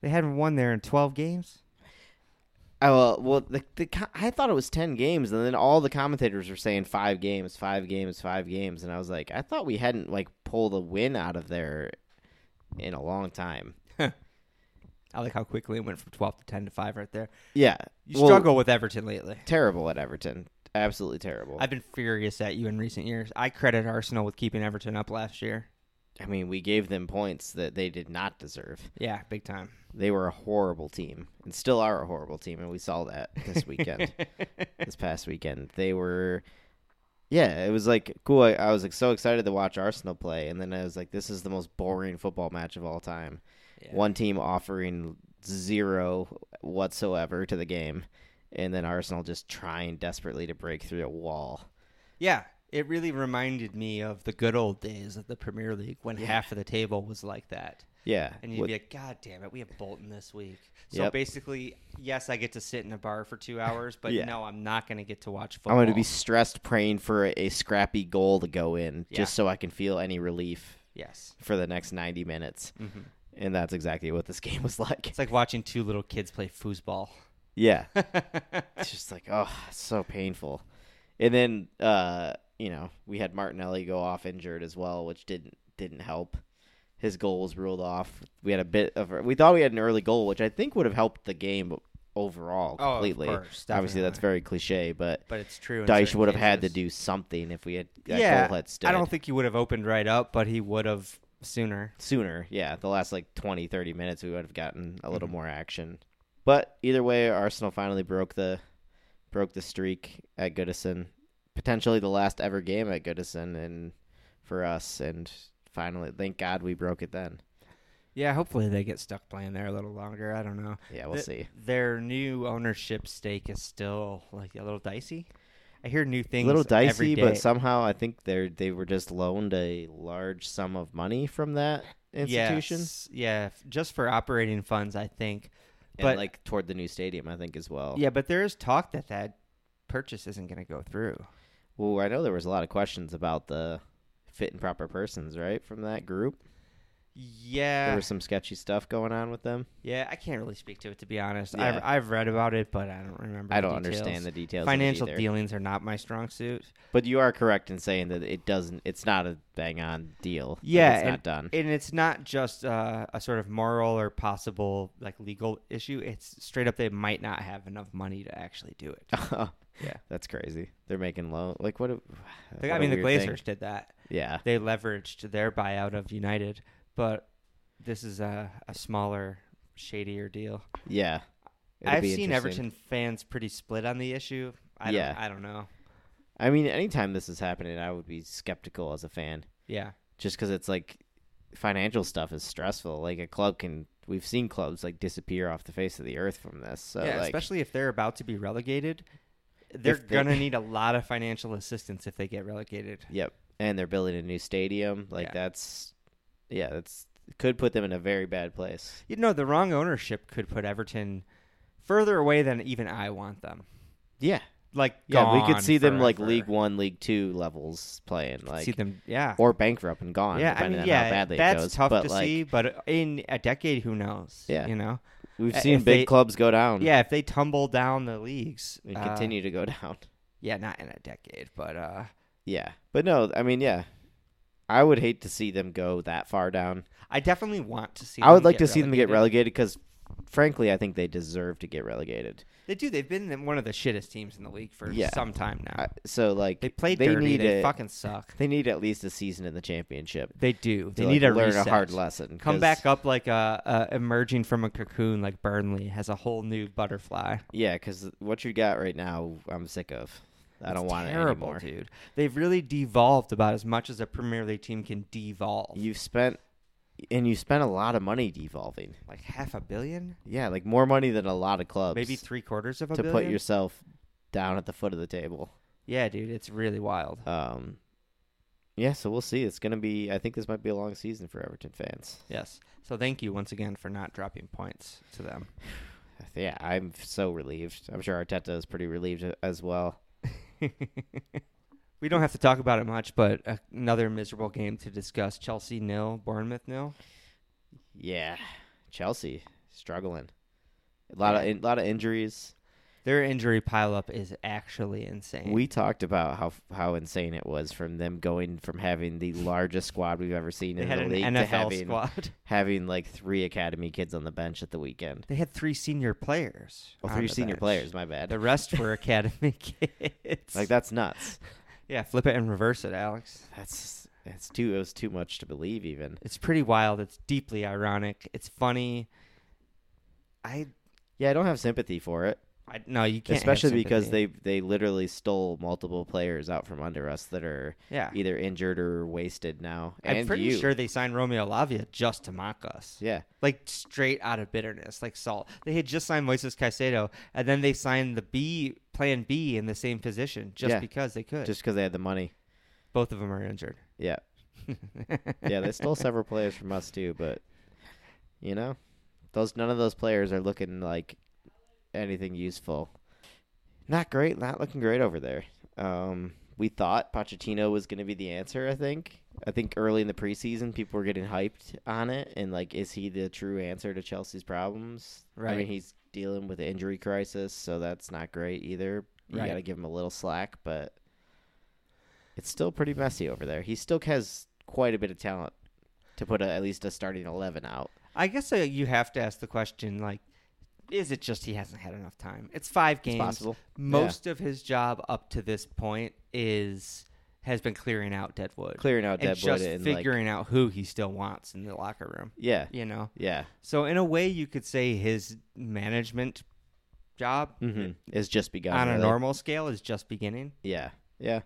Speaker 1: they hadn't won there in 12 games.
Speaker 2: I, well, well, the, the co- I thought it was ten games, and then all the commentators were saying five games, five games, five games, and I was like, I thought we hadn't like pulled a win out of there in a long time.
Speaker 1: I like how quickly it went from 12 to 10 to 5 right there.
Speaker 2: Yeah,
Speaker 1: You
Speaker 2: well,
Speaker 1: struggle with Everton lately.
Speaker 2: Terrible at Everton. Absolutely terrible. I,
Speaker 1: I've been furious at you in recent years. I credit Arsenal with keeping Everton up last year.
Speaker 2: mean, we gave them points that they did not deserve.
Speaker 1: Yeah, big time.
Speaker 2: They were a horrible team, and still are a horrible team, and we saw that this weekend. this past weekend. They were, yeah, it was like cool. I, I was like so excited to watch Arsenal play, and then I was like, this is the most boring football match of all time.
Speaker 1: Yeah.
Speaker 2: One team offering zero whatsoever to the game, and then Arsenal just trying desperately to break through a wall.
Speaker 1: Yeah, it really reminded me of the good old days of the Premier League when
Speaker 2: Yeah.
Speaker 1: half of the table was like that.
Speaker 2: Yeah,
Speaker 1: And you'd
Speaker 2: what-
Speaker 1: be like, God damn it, we have Bolton this week. So
Speaker 2: Yep.
Speaker 1: basically, yes, I get to sit in a bar for two hours, but
Speaker 2: Yeah.
Speaker 1: no, I'm not going to get to watch
Speaker 2: I'm
Speaker 1: football.
Speaker 2: going to be stressed praying for a, a scrappy goal to go in,
Speaker 1: Yeah.
Speaker 2: just so I can feel any relief
Speaker 1: Yes.
Speaker 2: for the next 90 minutes.
Speaker 1: hmm
Speaker 2: And that's exactly what this game was like.
Speaker 1: It's like watching two little kids play foosball.
Speaker 2: Yeah. it's just like oh it's so painful and then uh you know we had martinelli go off injured as well which didn't didn't help his goal was ruled off we had a bit of we thought we had an early goal which i think would have helped the game overall
Speaker 1: Oh, of
Speaker 2: completely
Speaker 1: course,
Speaker 2: obviously that's
Speaker 1: definitely.
Speaker 2: very cliche but
Speaker 1: But it's true. in
Speaker 2: Dyche
Speaker 1: certain
Speaker 2: would have had to
Speaker 1: cases.
Speaker 2: do something if we had that
Speaker 1: yeah,
Speaker 2: goal had stood
Speaker 1: I don't think he would have opened right up, but he would have sooner.
Speaker 2: sooner. Yeah, the last like 20, 30 minutes, we would have gotten a
Speaker 1: Mhm.
Speaker 2: little more action. But either way, Arsenal finally broke the broke the streak at Goodison. Potentially the last ever game at Goodison, and for us, and finally, thank God we broke it then.
Speaker 1: Yeah, hopefully they get stuck playing there a little longer. I don't know.
Speaker 2: Yeah, we'll
Speaker 1: Th-
Speaker 2: see.
Speaker 1: Their new ownership stake is still like a little dicey. I hear new things.
Speaker 2: A little
Speaker 1: every
Speaker 2: dicey,
Speaker 1: day.
Speaker 2: but somehow I think they they were just loaned a large sum of money from that institution,
Speaker 1: Yes, yeah, f- just for operating funds, I think. but-
Speaker 2: and like toward the new stadium, I think as well.
Speaker 1: Yeah, but there is talk that that purchase isn't going to go through.
Speaker 2: Well, I know there was a lot of questions about the fit and proper persons, right, from that group. There
Speaker 1: Yeah,
Speaker 2: was some sketchy stuff going on with them.
Speaker 1: yeah, I can't really speak to it to be honest.
Speaker 2: Yeah.
Speaker 1: I've I've read about it, but I don't remember.
Speaker 2: I
Speaker 1: the
Speaker 2: don't
Speaker 1: details.
Speaker 2: understand the details.
Speaker 1: Financial
Speaker 2: of it either.
Speaker 1: dealings are not my strong suit.
Speaker 2: but you are correct in saying that it doesn't. It's not a bang on deal. Like,
Speaker 1: Yeah,
Speaker 2: it's not done.
Speaker 1: and it's not just uh, a sort of moral or possible like legal issue. It's straight up they might not have enough money to actually do it. Yeah.
Speaker 2: that's crazy. They're making loan. Like what? A,
Speaker 1: Like,
Speaker 2: what
Speaker 1: I
Speaker 2: a
Speaker 1: mean, the
Speaker 2: weird thing.
Speaker 1: Glazers did that.
Speaker 2: Yeah,
Speaker 1: They leveraged their buyout of United, but this is a, a smaller, shadier deal.
Speaker 2: yeah. It'll
Speaker 1: I've
Speaker 2: be
Speaker 1: seen
Speaker 2: interesting.
Speaker 1: Everton fans pretty split on the issue. I
Speaker 2: Yeah.
Speaker 1: don't, I don't know.
Speaker 2: I mean, anytime this is happening, I would be skeptical as a fan,
Speaker 1: Yeah,
Speaker 2: just because it's like financial stuff is stressful. Like a club can, we've seen clubs like disappear off the face of the earth from this. So
Speaker 1: yeah.
Speaker 2: like,
Speaker 1: especially if they're about to be relegated, they're
Speaker 2: If they-
Speaker 1: gonna need a lot of financial assistance if they get relegated.
Speaker 2: yep, and they're building a new stadium. Like
Speaker 1: Yeah.
Speaker 2: that's, yeah, that's could put them in a very bad place.
Speaker 1: You know, the wrong ownership could put Everton further away than even I want them.
Speaker 2: Yeah,
Speaker 1: Like,
Speaker 2: yeah, we
Speaker 1: gone
Speaker 2: could see them like
Speaker 1: forever.
Speaker 2: League One, League Two levels playing, like
Speaker 1: see them, yeah,
Speaker 2: or bankrupt and gone.
Speaker 1: yeah. I
Speaker 2: depending
Speaker 1: mean,
Speaker 2: on
Speaker 1: yeah,
Speaker 2: how badly
Speaker 1: that's
Speaker 2: it goes.
Speaker 1: tough
Speaker 2: but
Speaker 1: to
Speaker 2: like,
Speaker 1: see. But in a decade, who knows?
Speaker 2: Yeah.
Speaker 1: you know,
Speaker 2: we've
Speaker 1: i-
Speaker 2: seen
Speaker 1: uh, if
Speaker 2: big
Speaker 1: they-
Speaker 2: clubs go down.
Speaker 1: yeah. If they tumble down the leagues
Speaker 2: and
Speaker 1: uh,
Speaker 2: continue to go down.
Speaker 1: yeah, not in a decade, but uh,
Speaker 2: Yeah, but no, I mean, yeah, I would hate to see them go that far down.
Speaker 1: I definitely want to see.
Speaker 2: I would
Speaker 1: them
Speaker 2: like to
Speaker 1: get
Speaker 2: see them get
Speaker 1: relegated.
Speaker 2: relegated because, frankly, I think they deserve to get relegated.
Speaker 1: They do. They've been in one of the shittest teams in the league for
Speaker 2: Yeah.
Speaker 1: some time now.
Speaker 2: I, so like
Speaker 1: they play
Speaker 2: they
Speaker 1: dirty.
Speaker 2: need
Speaker 1: They
Speaker 2: a,
Speaker 1: fucking suck.
Speaker 2: they need at least a season in the championship.
Speaker 1: They do. They
Speaker 2: to,
Speaker 1: need
Speaker 2: like,
Speaker 1: a
Speaker 2: learn
Speaker 1: reset.
Speaker 2: a hard lesson.
Speaker 1: Come
Speaker 2: 'cause-
Speaker 1: back up like a, a emerging from a cocoon, like Burnley has a whole new butterfly.
Speaker 2: yeah, because what you got right now, I'm sick of. I
Speaker 1: It's
Speaker 2: don't want
Speaker 1: terrible,
Speaker 2: it anymore.
Speaker 1: dude. They've really devolved about as much as a Premier League team can devolve.
Speaker 2: You've spent, and you spent a lot of money devolving.
Speaker 1: like half a billion,
Speaker 2: Yeah, like more money than a lot of clubs.
Speaker 1: maybe three quarters of a
Speaker 2: to
Speaker 1: billion.
Speaker 2: put yourself down at the foot of the table.
Speaker 1: yeah, dude, it's really wild.
Speaker 2: Um, yeah, so we'll see. It's gonna be. I think this might be a long season for Everton fans.
Speaker 1: Yes. So thank you once again for not dropping points to them.
Speaker 2: Yeah, I'm so relieved. I'm sure Arteta is pretty relieved as well.
Speaker 1: we don't have to talk about it much, but another miserable game to discuss. Chelsea nil, Bournemouth nil.
Speaker 2: Yeah, Chelsea struggling. A lot
Speaker 1: Yeah.
Speaker 2: of a lot of injuries.
Speaker 1: Their injury pileup is actually insane.
Speaker 2: We talked about how how insane it was from them going from having the largest squad we've ever seen
Speaker 1: they
Speaker 2: in
Speaker 1: had
Speaker 2: the
Speaker 1: an
Speaker 2: league to
Speaker 1: NFL
Speaker 2: having
Speaker 1: squad.
Speaker 2: having like three academy kids on the bench at the weekend.
Speaker 1: They had three senior players.
Speaker 2: Well,
Speaker 1: on
Speaker 2: Oh, three
Speaker 1: the
Speaker 2: senior
Speaker 1: bench.
Speaker 2: players. My bad.
Speaker 1: The rest were academy kids.
Speaker 2: Like that's nuts.
Speaker 1: Yeah, flip it and reverse it, Alex.
Speaker 2: That's that's too. It was too much to believe. Even
Speaker 1: It's pretty wild. It's deeply ironic. It's funny. I,
Speaker 2: yeah, I don't have sympathy for it.
Speaker 1: I no, you can't. have
Speaker 2: especially because
Speaker 1: sympathy.
Speaker 2: they they literally stole multiple players out from under us that are
Speaker 1: yeah.
Speaker 2: either injured or wasted now.
Speaker 1: I'm
Speaker 2: and
Speaker 1: pretty
Speaker 2: you.
Speaker 1: sure they signed Romeo Lavia just to mock us,
Speaker 2: yeah,
Speaker 1: like straight out of bitterness, like salt. They had just signed Moises Caicedo, and then they signed the B Plan B in the same position just
Speaker 2: Yeah.
Speaker 1: because they could.
Speaker 2: just because they had the money.
Speaker 1: both of them are injured.
Speaker 2: Yeah, yeah, they stole several players from us too. But you know, those none of those players are looking like anything useful. Not great. Not looking great over there. Um, we thought Pochettino was going to be the answer. I think. I think early in the preseason, people were getting hyped on it, and like, is he the true answer to Chelsea's problems? I
Speaker 1: Right.
Speaker 2: mean, he's dealing with the injury crisis, so that's not great either. You
Speaker 1: Right.
Speaker 2: got to give him a little slack, but it's still pretty messy over there. He still has quite a bit of talent to put a, at least a starting eleven out.
Speaker 1: I guess uh, you have to ask the question, like, is it just he hasn't had enough time? It's five
Speaker 2: It's
Speaker 1: games.
Speaker 2: possible.
Speaker 1: Most of his job up to this point is has been clearing out Deadwood,
Speaker 2: Clearing out
Speaker 1: and
Speaker 2: Deadwood
Speaker 1: just
Speaker 2: and like,
Speaker 1: figuring out who he still wants in the locker room.
Speaker 2: yeah,
Speaker 1: You know,
Speaker 2: yeah,
Speaker 1: So in a way, you could say his management job
Speaker 2: mm-hmm. it's just begun
Speaker 1: on a
Speaker 2: really.
Speaker 1: normal scale is just beginning.
Speaker 2: Yeah, yeah.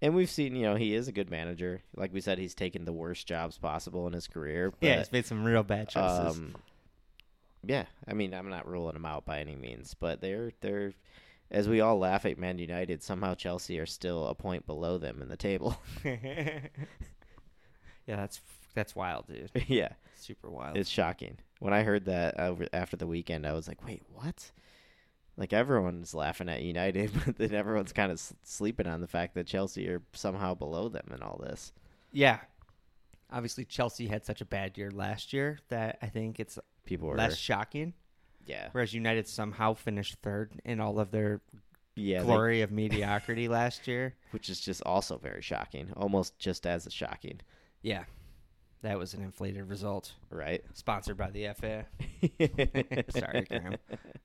Speaker 2: And we've seen, you know, he is a good manager. Like we said, he's taken the worst jobs possible in his career. But,
Speaker 1: yeah, he's made some real bad choices.
Speaker 2: um, yeah. I mean, I'm not ruling him out by any means, but they're they're as we all laugh at Man United, somehow Chelsea are still a point below them in the table.
Speaker 1: yeah, that's that's wild, dude.
Speaker 2: yeah,
Speaker 1: Super wild.
Speaker 2: it's shocking. When I heard that over, after the weekend, I was like, wait, what? Like everyone's laughing at United, but then everyone's kind of sleeping on the fact that Chelsea are somehow below them in all this.
Speaker 1: yeah. Obviously, Chelsea had such a bad year last year that I think it's
Speaker 2: People are
Speaker 1: less shocking.
Speaker 2: yeah,
Speaker 1: Whereas United somehow finished third in all of their
Speaker 2: yeah, they-
Speaker 1: glory of mediocrity last year.
Speaker 2: which is just also very shocking, almost just as shocking,
Speaker 1: Yeah, that was an inflated result.
Speaker 2: right?
Speaker 1: Sponsored by the FA. Sorry, Graham.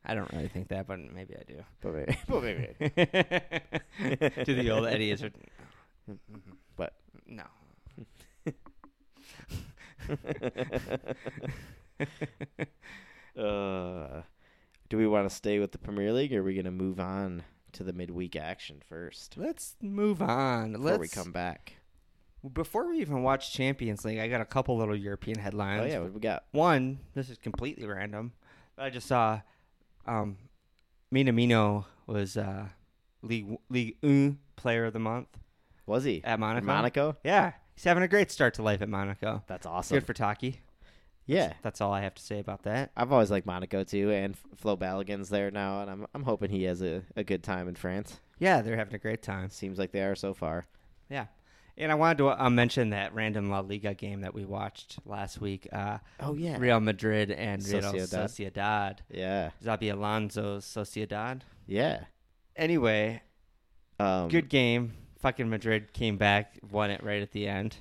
Speaker 1: I don't really think that, but maybe I do.
Speaker 2: But maybe, but maybe.
Speaker 1: to the old Eddie Izzard.
Speaker 2: But-
Speaker 1: no.
Speaker 2: uh, do we want want to stay with the Premier League, or are we going to move on to the midweek action first
Speaker 1: Let's move on.
Speaker 2: before
Speaker 1: Let's,
Speaker 2: we come back?
Speaker 1: Before we even watch Champions League, I got a couple little European headlines.
Speaker 2: Oh yeah, what we got?
Speaker 1: One, this is completely random. But I just saw um, Minamino was uh, League League One Player of the Month
Speaker 2: Was he
Speaker 1: at Monaco.
Speaker 2: Monaco?
Speaker 1: Yeah, he's having a great start to life at Monaco.
Speaker 2: That's awesome.
Speaker 1: Good for Taki.
Speaker 2: yeah,
Speaker 1: That's all I have to say about that.
Speaker 2: I've always liked Monaco too, and F- Flo Balogun's there now, and I'm I'm hoping he has a, a good time in France.
Speaker 1: Yeah, they're having a great time.
Speaker 2: Seems like they are so far.
Speaker 1: Yeah. And I wanted to uh, mention that random La Liga game that we watched last week. Uh,
Speaker 2: Oh yeah,
Speaker 1: Real Madrid and Real
Speaker 2: Sociedad.
Speaker 1: Sociedad.
Speaker 2: yeah,
Speaker 1: Zabi Alonso's Sociedad.
Speaker 2: yeah.
Speaker 1: Anyway,
Speaker 2: Um,
Speaker 1: good game. Fucking Madrid came back, won it right at the end.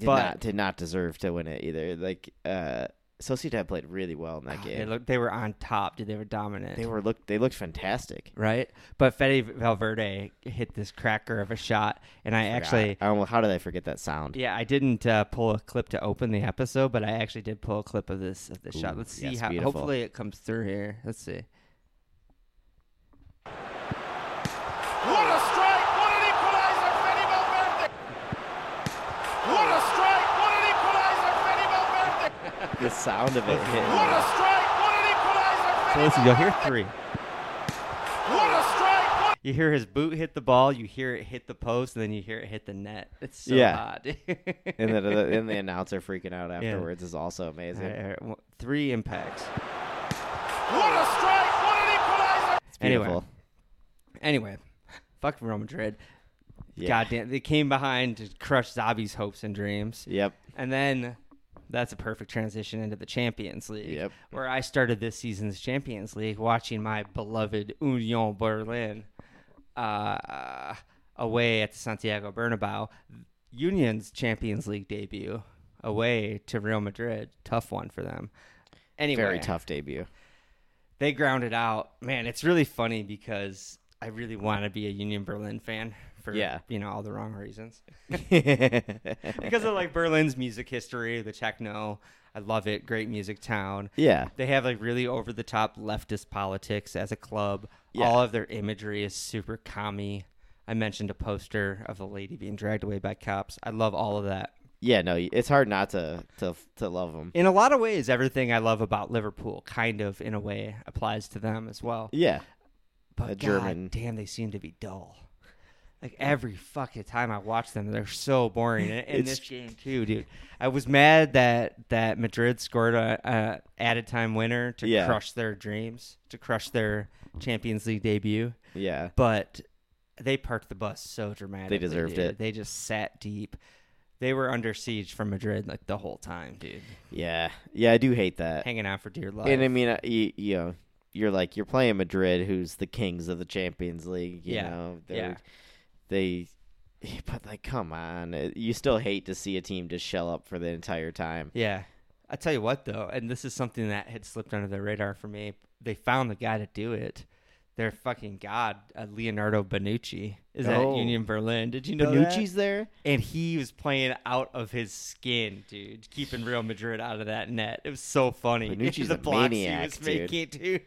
Speaker 2: Did
Speaker 1: but-
Speaker 2: not did not deserve to win it either. Like uh, Sociedad played really well in that
Speaker 1: They
Speaker 2: game.
Speaker 1: looked, they were on top, dude. They were dominant.
Speaker 2: They were looked they looked fantastic.
Speaker 1: right. But Fede Valverde hit this cracker of a shot, and I actually
Speaker 2: I almo- how did I forget that sound?
Speaker 1: Yeah, I didn't uh, pull a clip to open the episode, but I actually did pull a clip of this of this shot.
Speaker 2: Ooh,
Speaker 1: Let's see
Speaker 2: yes,
Speaker 1: how.
Speaker 2: beautiful.
Speaker 1: Hopefully, it comes through here. Let's see.
Speaker 4: What a strike! What an equalizer, Fede Valverde! What a strike! What an equalizer, Fede Valverde!
Speaker 2: The sound of it hit.
Speaker 4: What a strike! What an equalizer,
Speaker 1: So
Speaker 4: Fede
Speaker 1: listen, you'll hear three.
Speaker 4: What a strike! What
Speaker 1: You hear his boot hit the ball. You hear it hit the post, and then you hear it hit the net. It's so
Speaker 2: Yeah.
Speaker 1: hot.
Speaker 2: and then the, and the announcer freaking out afterwards is also
Speaker 1: All
Speaker 2: amazing.
Speaker 1: right, all right, one- three impacts.
Speaker 4: what a strike! What an equalizer!
Speaker 2: It's
Speaker 1: Anyway.
Speaker 2: beautiful.
Speaker 1: Anyway, fuck Real Madrid.
Speaker 2: Yeah.
Speaker 1: Goddamn, they came behind to crush Zabi's hopes and dreams.
Speaker 2: Yep.
Speaker 1: And then that's a perfect transition into the Champions League,
Speaker 2: Yep.
Speaker 1: where I started this season's Champions League watching my beloved Union Berlin uh, away at the Santiago Bernabeu. Union's Champions League debut away to Real Madrid. Tough one for them. Anyway,
Speaker 2: Very tough debut.
Speaker 1: They ground it out. Man, it's really funny because I really want to be a Union Berlin fan for
Speaker 2: Yeah.
Speaker 1: you know all the wrong reasons
Speaker 2: because
Speaker 1: because of like Berlin's music history, the techno. I love it. Great music town.
Speaker 2: yeah,
Speaker 1: They have like really over the top leftist politics as a club.
Speaker 2: Yeah.
Speaker 1: All of their imagery is super commie. I mentioned a poster of a lady being dragged away by cops. I love all of that.
Speaker 2: yeah. No, it's hard not to to to love them.
Speaker 1: In a lot of ways, everything I love about Liverpool kind of in a way applies to them as well.
Speaker 2: Yeah.
Speaker 1: But
Speaker 2: a
Speaker 1: God
Speaker 2: German.
Speaker 1: damn, they seem to be dull. Like every fucking time I watch them, they're so boring. And, and
Speaker 2: It's-
Speaker 1: this game too, dude. I was mad that that Madrid scored a, a added time winner to
Speaker 2: Yeah.
Speaker 1: crush their dreams, to crush their Champions League debut.
Speaker 2: Yeah.
Speaker 1: But they parked the bus so dramatically.
Speaker 2: deserved
Speaker 1: dude.
Speaker 2: it.
Speaker 1: They just sat deep. They were under siege from Madrid like the whole time, dude.
Speaker 2: Yeah. Yeah. I do hate that.
Speaker 1: Hanging out for dear life.
Speaker 2: And I mean, I- you, you know, you're like you're playing Madrid, who's the kings of the Champions League. You
Speaker 1: Yeah,
Speaker 2: know, they're,
Speaker 1: yeah.
Speaker 2: they. But like, come on, Uh, you still hate to see a team just shell up for the entire time.
Speaker 1: Yeah. I tell you what though, and this is something that had slipped under the radar for me. They found the guy to do it. Their fucking god, uh, Leonardo Bonucci, is
Speaker 2: Oh.
Speaker 1: at Union Berlin. Did you know
Speaker 2: Benucci's
Speaker 1: that?
Speaker 2: there.
Speaker 1: And he was playing out of his skin, dude, keeping Real Madrid out of that net. It was so funny.
Speaker 2: Bonucci's
Speaker 1: the
Speaker 2: a
Speaker 1: blocks
Speaker 2: maniac,
Speaker 1: he was making, dude.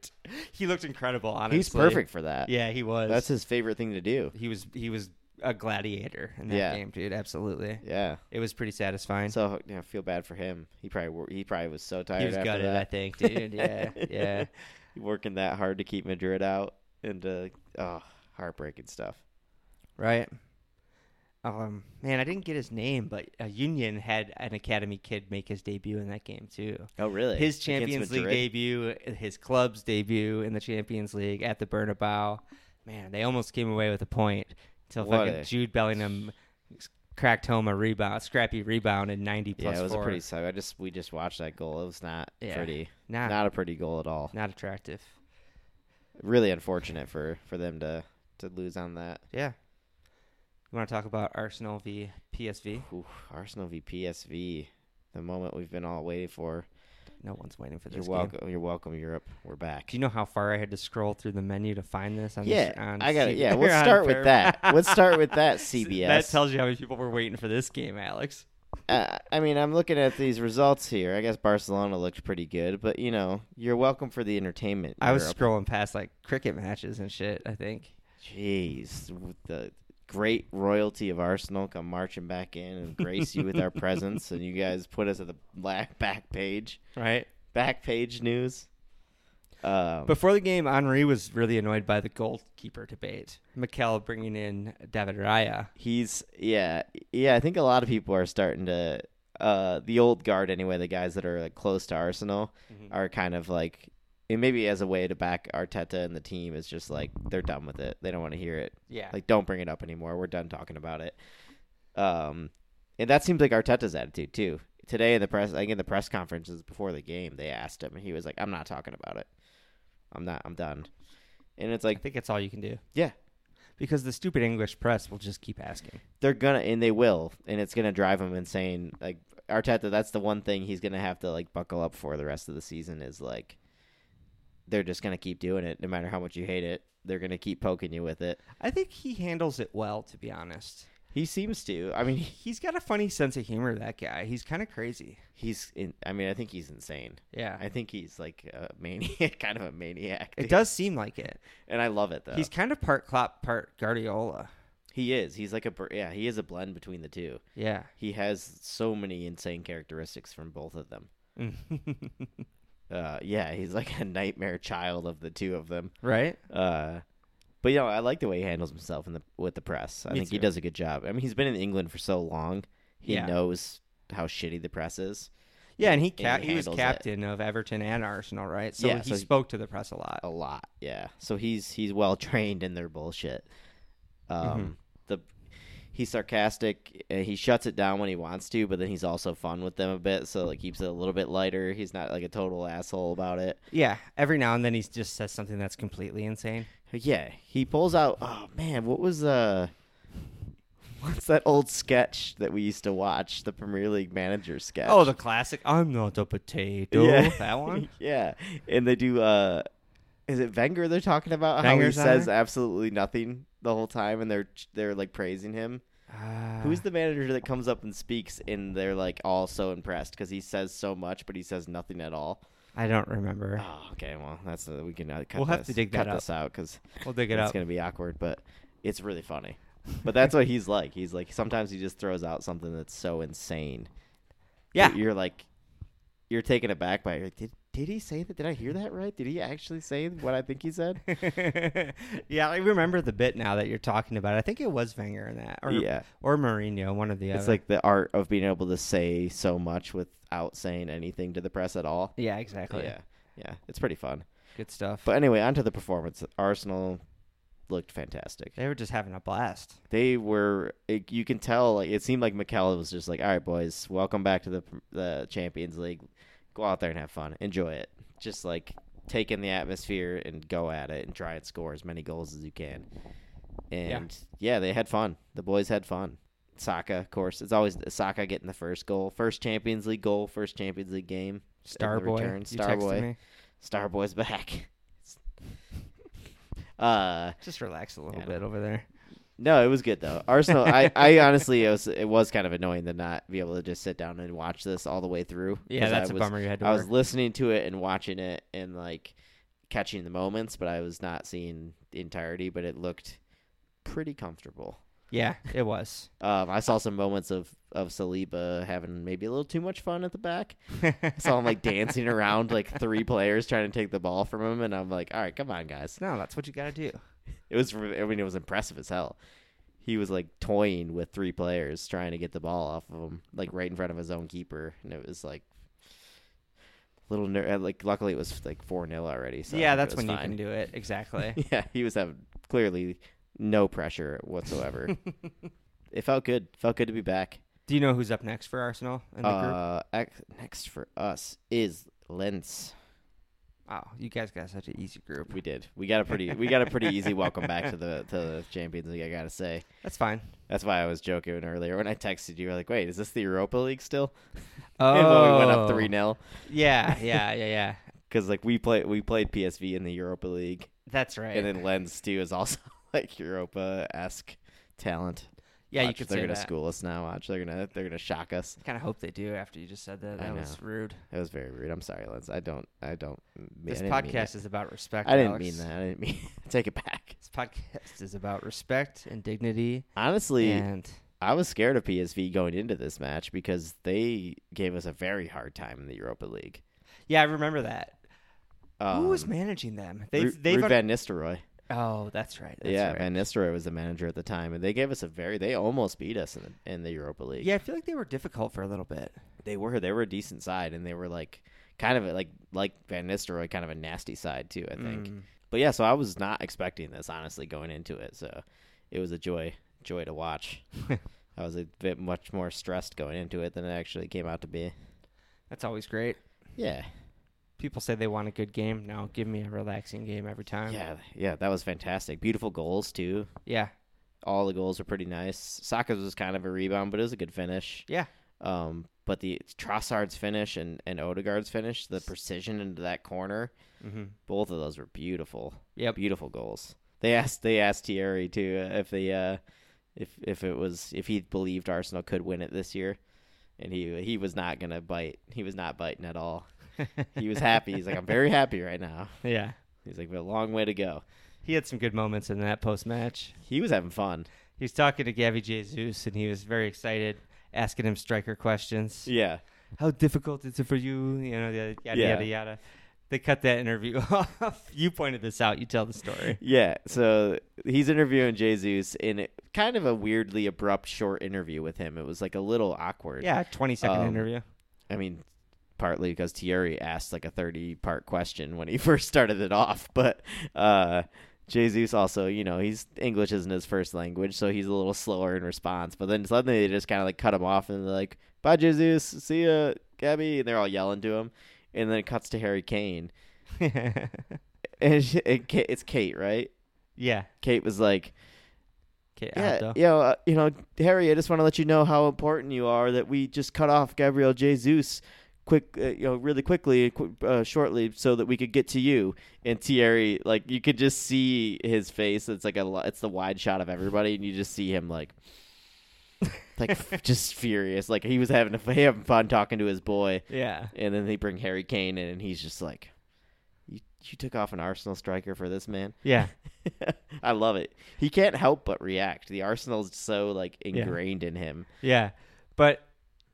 Speaker 1: he looked incredible. Honestly,
Speaker 2: He's perfect for that.
Speaker 1: Yeah, he was.
Speaker 2: that's his favorite thing to do.
Speaker 1: he was. He was a gladiator in that
Speaker 2: Yeah.
Speaker 1: game, dude. Absolutely,
Speaker 2: Yeah.
Speaker 1: it was pretty satisfying.
Speaker 2: So you know, I feel bad for him. He probably wor- he probably was so tired.
Speaker 1: he was
Speaker 2: after
Speaker 1: gutted,
Speaker 2: that.
Speaker 1: I think, dude. Yeah, yeah.
Speaker 2: Working that hard to keep Madrid out and uh, oh, heartbreaking stuff.
Speaker 1: Right. Um, man, I didn't get his name, but uh, Union had an academy kid make his debut in that game too.
Speaker 2: Oh really?
Speaker 1: His Champions League debut, his club's debut in the Champions League at the Bernabeu. Man, they almost came away with a point until
Speaker 2: What
Speaker 1: fucking
Speaker 2: a-
Speaker 1: Jude Bellingham s- cracked home a rebound, scrappy rebound in ninety
Speaker 2: Yeah,
Speaker 1: plus
Speaker 2: it was
Speaker 1: four.
Speaker 2: a pretty. side- I just we just watched that goal. It was not
Speaker 1: Yeah. Ah.
Speaker 2: pretty.
Speaker 1: Nah.
Speaker 2: Not a pretty goal at all.
Speaker 1: not attractive.
Speaker 2: Really unfortunate for for them to to lose on that.
Speaker 1: Yeah. You want to talk about Arsenal v PSV?
Speaker 2: Ooh, Arsenal v PSV, the moment we've been all waiting for.
Speaker 1: No one's waiting for
Speaker 2: You're
Speaker 1: this game.
Speaker 2: welcome. You're welcome, Europe. We're back.
Speaker 1: Do you know how far I had to scroll through the menu to find this? On
Speaker 2: yeah,
Speaker 1: this, on
Speaker 2: I got it.
Speaker 1: C-
Speaker 2: Yeah, let's
Speaker 1: on
Speaker 2: start with
Speaker 1: Paramount?
Speaker 2: that. Let's start with that.
Speaker 1: See,
Speaker 2: CBS.
Speaker 1: That tells you how many people were waiting for this game, Alex.
Speaker 2: uh, I mean, I'm looking at these results here. I guess Barcelona looked pretty good, but you know, you're welcome for the entertainment.
Speaker 1: I was
Speaker 2: Europe.
Speaker 1: scrolling past like cricket matches and shit. I think.
Speaker 2: Jeez, with the great royalty of Arsenal come marching back in and grace you with our presence, and you guys put us at the black back page,
Speaker 1: Right.
Speaker 2: back page news. Um,
Speaker 1: Before the game, Henri was really annoyed by the goalkeeper debate. Mikel bringing in David Raya.
Speaker 2: he's yeah, yeah. I think a lot of people are starting to uh, the old guard anyway. The guys that are like, close to Arsenal
Speaker 1: Mm-hmm.
Speaker 2: are kind of like. And maybe as a way to back Arteta and the team is just like they're done with it. They don't want to hear it.
Speaker 1: Yeah.
Speaker 2: Like, don't bring it up anymore. We're done talking about it. Um, and that seems like Arteta's attitude too. Today in the press, I think in the press conferences before the game, they asked him, and he was like, "I'm not talking about it. I'm not. I'm done." And it's
Speaker 1: I
Speaker 2: like,
Speaker 1: think that's all you can do
Speaker 2: yeah,
Speaker 1: because the stupid English press will just keep asking.
Speaker 2: they're gonna and they will, and it's gonna drive him insane. Like Arteta, that's the one thing he's gonna have to like buckle up for the rest of the season is like, they're just gonna keep doing it no matter how much you hate it. They're gonna keep poking you with it.
Speaker 1: I think he handles it well, to be honest.
Speaker 2: He seems to. I mean,
Speaker 1: He's got a funny sense of humor. That guy. He's kind of crazy.
Speaker 2: he's. In, I mean, I think he's insane.
Speaker 1: Yeah.
Speaker 2: I think he's like a maniac, kind of a maniac.
Speaker 1: it
Speaker 2: dude.
Speaker 1: does seem like it.
Speaker 2: and I love it though.
Speaker 1: He's
Speaker 2: He's
Speaker 1: kind of part Klopp, part Guardiola.
Speaker 2: he is. He's like a br- yeah. He is a blend between the two.
Speaker 1: Yeah.
Speaker 2: He has so many insane characteristics from both of them. Uh, yeah, he's like a nightmare child of the two of them.
Speaker 1: right?
Speaker 2: Uh, but you know, I like the way he handles himself in the with the press. I
Speaker 1: Me
Speaker 2: think he
Speaker 1: too.
Speaker 2: does a good job. I mean, he's been in England for so long. He
Speaker 1: Yeah.
Speaker 2: knows how shitty the press is.
Speaker 1: Yeah, and he
Speaker 2: And he
Speaker 1: ca- he, was
Speaker 2: handles it.
Speaker 1: captain of Everton and Arsenal, right? So
Speaker 2: Yeah,
Speaker 1: he
Speaker 2: so he- Oh.
Speaker 1: spoke to the press a lot.
Speaker 2: a lot. Yeah. So he's he's well trained in their bullshit. Um,
Speaker 1: Mm-hmm.
Speaker 2: the he's sarcastic. And he shuts it down when he wants to, but then he's also fun with them a bit, so it keeps it a little bit lighter. He's not like a total asshole about it.
Speaker 1: Yeah, every now and then he just says something that's completely insane.
Speaker 2: But yeah, he pulls out. Oh man, what was uh. What's that old sketch that we used to watch? The Premier League manager sketch.
Speaker 1: Oh, the classic "I'm not a potato." That one.
Speaker 2: yeah, and they do. uh Is it Wenger they're talking about?
Speaker 1: Wenger's
Speaker 2: how
Speaker 1: on
Speaker 2: he says
Speaker 1: there?
Speaker 2: absolutely nothing the whole time, and they're they're like praising him.
Speaker 1: Uh,
Speaker 2: Who's the manager that comes up and speaks, and they're like all so impressed because he says so much, but he says nothing at all.
Speaker 1: I don't remember.
Speaker 2: Oh, okay, well that's uh, we can uh, cut
Speaker 1: We'll have
Speaker 2: this-
Speaker 1: to dig
Speaker 2: cut
Speaker 1: that
Speaker 2: this out because
Speaker 1: We'll dig it
Speaker 2: it's
Speaker 1: up.
Speaker 2: gonna be awkward, but it's really funny. But that's what he's like. He's like sometimes he just throws out something that's so insane.
Speaker 1: Yeah.
Speaker 2: that you're like, you're taken aback by. It. You're like, did did he say that? Did I hear that right? Did he actually say what I think he said?
Speaker 1: yeah, I remember the bit now that you're talking about. I think it was Wenger in that, or
Speaker 2: Yeah.
Speaker 1: or Mourinho, one of the
Speaker 2: It's
Speaker 1: other.
Speaker 2: like the art of being able to say so much without saying anything to the press at all.
Speaker 1: yeah, exactly.
Speaker 2: yeah, yeah, it's pretty fun.
Speaker 1: good stuff.
Speaker 2: But anyway, onto the performance. Arsenal looked fantastic.
Speaker 1: they were just having a blast.
Speaker 2: They were, it, you can tell, like it seemed like Mikel was just like, "All right, boys, welcome back to the the Champions League. Go out there and have fun, enjoy it. Just like take in the atmosphere and go at it and try and score as many goals as you can." And yeah, they had fun. The boys had fun. Saka, of course, it's always Saka getting the first goal, first Champions League goal, first Champions League game. in the return.
Speaker 1: Starboy, you texted
Speaker 2: Starboy.
Speaker 1: me.
Speaker 2: Starboy's back. uh
Speaker 1: Just relax a little
Speaker 2: Yeah, I know.
Speaker 1: bit over there.
Speaker 2: no, it was good though. Arsenal I, I honestly it was it was kind of annoying to not be able to just sit down and watch this all the way through.
Speaker 1: Yeah,
Speaker 2: 'Cause
Speaker 1: that's
Speaker 2: I
Speaker 1: a
Speaker 2: was,
Speaker 1: bummer. You had to.
Speaker 2: I was
Speaker 1: work.
Speaker 2: listening to it and watching it and like catching the moments, but I was not seeing the entirety, but it looked pretty comfortable.
Speaker 1: yeah, it was.
Speaker 2: Um, I saw some moments of of Saliba having maybe a little too much fun at the back. I saw him like dancing around like three players trying to take the ball from him, and I'm like, all right, come on, guys.
Speaker 1: No, that's what you got to do.
Speaker 2: It was, I mean, it was impressive as hell. He was like toying with three players trying to get the ball off of him, like right in front of his own keeper, and it was like little ner- uh, like. Luckily, it was like four 0 already. So
Speaker 1: yeah,
Speaker 2: it
Speaker 1: that's
Speaker 2: was
Speaker 1: when you
Speaker 2: fine.
Speaker 1: can do it. Exactly.
Speaker 2: Yeah, he was having clearly no pressure whatsoever. it felt good. Felt good to be back.
Speaker 1: do you know who's up next for Arsenal in the group?
Speaker 2: Uh, ex- next for us is Lens.
Speaker 1: Oh, you guys got such an easy group.
Speaker 2: We did. We got a pretty. We got a pretty easy welcome back to the to the Champions League. I gotta say.
Speaker 1: That's fine.
Speaker 2: That's why I was joking earlier when I texted you. Like, wait, is this the Europa League still?
Speaker 1: Oh,
Speaker 2: And when we went up three 0
Speaker 1: Yeah, yeah, yeah, yeah.
Speaker 2: because like we play we played PSV in the Europa League,
Speaker 1: That's right.
Speaker 2: and then Lens too is also like Europa esque talent.
Speaker 1: Yeah, you
Speaker 2: Watch,
Speaker 1: could
Speaker 2: They're
Speaker 1: say
Speaker 2: gonna
Speaker 1: that.
Speaker 2: school us now. Watch. They're gonna they're gonna shock us.
Speaker 1: I kind of hope they do after you just said that.
Speaker 2: I
Speaker 1: That was
Speaker 2: know.
Speaker 1: rude.
Speaker 2: That was very rude. I'm sorry, Lens. I don't I don't. mean- I
Speaker 1: This
Speaker 2: didn't mean
Speaker 1: podcast
Speaker 2: it.
Speaker 1: is about respect.
Speaker 2: I didn't
Speaker 1: Alex.
Speaker 2: mean that. I didn't mean. Take it back.
Speaker 1: This podcast is about respect and dignity.
Speaker 2: Honestly,
Speaker 1: And
Speaker 2: I was scared of PSV going into this match because they gave us a very hard time in the Europa League.
Speaker 1: yeah, I remember that.
Speaker 2: Um,
Speaker 1: Who was managing them?
Speaker 2: Ru-
Speaker 1: They've they've
Speaker 2: Ruud Van Nistelrooy.
Speaker 1: oh, that's right. That's
Speaker 2: yeah,
Speaker 1: right.
Speaker 2: Van Nistelrooy was the manager at the time, and they gave us a very. They almost beat us in the, in the Europa League.
Speaker 1: Yeah, I feel like they were difficult for a little bit.
Speaker 2: they were. They were a decent side, and they were like kind of a, like like Van Nistelrooy, kind of a nasty side too. I think.
Speaker 1: Mm.
Speaker 2: But yeah, so I was not expecting this honestly going into it. So it was a joy joy to watch. I was a bit much more stressed going into it than it actually came out to be.
Speaker 1: That's always great.
Speaker 2: Yeah.
Speaker 1: People say they want a good game. No, give me a relaxing game every time.
Speaker 2: Yeah, yeah, that was fantastic. Beautiful goals too.
Speaker 1: Yeah.
Speaker 2: All the goals were pretty nice. Saka's was kind of a rebound, but it was a good finish.
Speaker 1: Yeah.
Speaker 2: Um, but the Trossard's finish and and Odegaard's finish, the precision into that corner,
Speaker 1: Mm-hmm.
Speaker 2: both of those were beautiful.
Speaker 1: Yep.
Speaker 2: Beautiful goals. They asked they asked Thierry too uh, if they uh if if it was if he believed Arsenal could win it this year. And he he was not gonna bite. He was not biting at all. He was happy. He's like, I'm very happy right now.
Speaker 1: Yeah.
Speaker 2: He's like, but a long way to go.
Speaker 1: He had some good moments in that post match.
Speaker 2: He was having fun.
Speaker 1: He was talking to Gabby Jesus, and he was very excited, asking him striker questions.
Speaker 2: Yeah.
Speaker 1: How difficult is it for you? You know, yada yada
Speaker 2: Yeah.
Speaker 1: yada, yada. They cut that interview off. you pointed this out. You tell the story.
Speaker 2: Yeah. So he's interviewing Jesus in a- kind of a weirdly abrupt short interview with him. It was like a little awkward.
Speaker 1: Yeah, twenty second
Speaker 2: Um,
Speaker 1: interview.
Speaker 2: I mean, partly because Thierry asked like a 30 part question when he first started it off, but uh Jesus also, you know, he's English isn't his first language, so he's a little slower in response. But then suddenly they just kind of like cut him off and they're like, "Bye, Jesus. See ya, Gabby." And they're all yelling to him, and then it cuts to Harry Kane, and she- it, Ka- it's Kate, right?
Speaker 1: yeah.
Speaker 2: Kate was like,
Speaker 1: Okay,
Speaker 2: yeah,
Speaker 1: Aldo.
Speaker 2: you know, uh, you know, Harry, I just want to let you know how important you are that we just cut off Gabriel Jesus quick, uh, you know, really quickly, qu- uh, shortly, so that we could get to you. And Thierry, like, you could just see his face. It's like a, lo- it's the wide shot of everybody, and you just see him like, like f- just furious, like he was having a, having fun talking to his boy.
Speaker 1: Yeah.
Speaker 2: And then they bring Harry Kane in, and he's just like, "You, you took off an Arsenal striker for this man."
Speaker 1: Yeah.
Speaker 2: I love it. He can't help but react. The Arsenal's so like ingrained in him.
Speaker 1: Yeah, but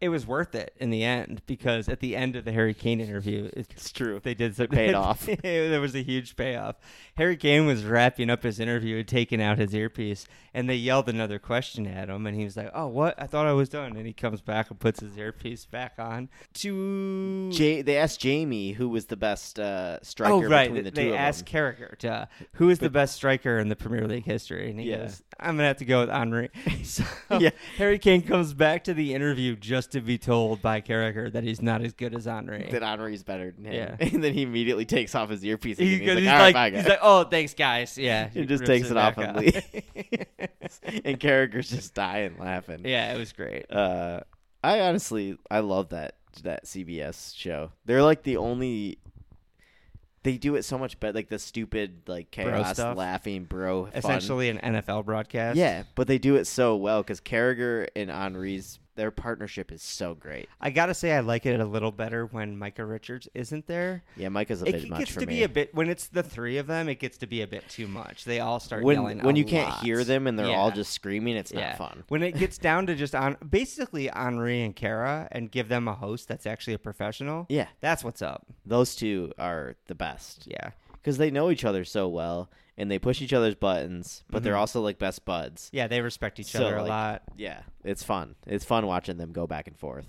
Speaker 1: it was worth it in the end because at the end of the Harry Kane interview, it's
Speaker 2: true.
Speaker 1: They did some,
Speaker 2: Paid off.
Speaker 1: there was a huge payoff. Harry Kane was wrapping up his interview and taking out his earpiece, and they yelled another question at him, and he was like, "Oh, what? I thought I was done." And he comes back and puts his earpiece back on. To
Speaker 2: Ja- they asked Jamie who was the best uh, striker
Speaker 1: oh right,
Speaker 2: between the
Speaker 1: they
Speaker 2: two
Speaker 1: asked
Speaker 2: of them.
Speaker 1: Carragher to, who is the best striker in the Premier League history, and he
Speaker 2: Yeah.
Speaker 1: goes, "I'm gonna have to go with Henri." So
Speaker 2: Yeah.
Speaker 1: Harry Kane comes back to the interview just to be told by Carragher that he's not as good as Henri.
Speaker 2: That Henry's better than him.
Speaker 1: Yeah.
Speaker 2: And then he immediately takes off his earpiece.
Speaker 1: He-
Speaker 2: again. he's, like,
Speaker 1: he's
Speaker 2: "All right,
Speaker 1: like-
Speaker 2: bye,
Speaker 1: he's
Speaker 2: guys."
Speaker 1: like, "Oh, thanks, guys." Yeah,
Speaker 2: He just
Speaker 1: rips
Speaker 2: takes it off
Speaker 1: back
Speaker 2: and
Speaker 1: up.
Speaker 2: leaves. and Carragher's just dying laughing.
Speaker 1: yeah, it was great.
Speaker 2: Uh, I honestly, I love that that CBS show. They're like the only. They do it so much better, like the stupid, like chaos,
Speaker 1: stuff.
Speaker 2: laughing bro. fun.
Speaker 1: Essentially, an NFL broadcast.
Speaker 2: Yeah, but they do it so well because Carragher and Henri's their partnership is so great.
Speaker 1: I gotta say, I like it a little better when Micah Richards isn't there.
Speaker 2: Yeah, Micah's a
Speaker 1: it
Speaker 2: bit
Speaker 1: g-
Speaker 2: much
Speaker 1: gets
Speaker 2: for
Speaker 1: to
Speaker 2: me.
Speaker 1: be a bit when it's the three of them. It gets to be a bit too much. They all start
Speaker 2: when
Speaker 1: yelling
Speaker 2: when
Speaker 1: a
Speaker 2: you can't
Speaker 1: lot.
Speaker 2: hear them and they're all
Speaker 1: Yeah.
Speaker 2: just screaming, it's
Speaker 1: yeah.
Speaker 2: not fun.
Speaker 1: When it gets down to just on basically Henri and Kara and give them a host that's actually a professional.
Speaker 2: Yeah,
Speaker 1: That's what's up.
Speaker 2: those two are the best
Speaker 1: Yeah.
Speaker 2: because they know each other so well and they push each other's buttons, but
Speaker 1: Mm-hmm.
Speaker 2: they're also like best buds.
Speaker 1: Yeah, they respect each
Speaker 2: So,
Speaker 1: other a
Speaker 2: like-
Speaker 1: lot.
Speaker 2: Yeah, it's fun. It's fun watching them go back and forth.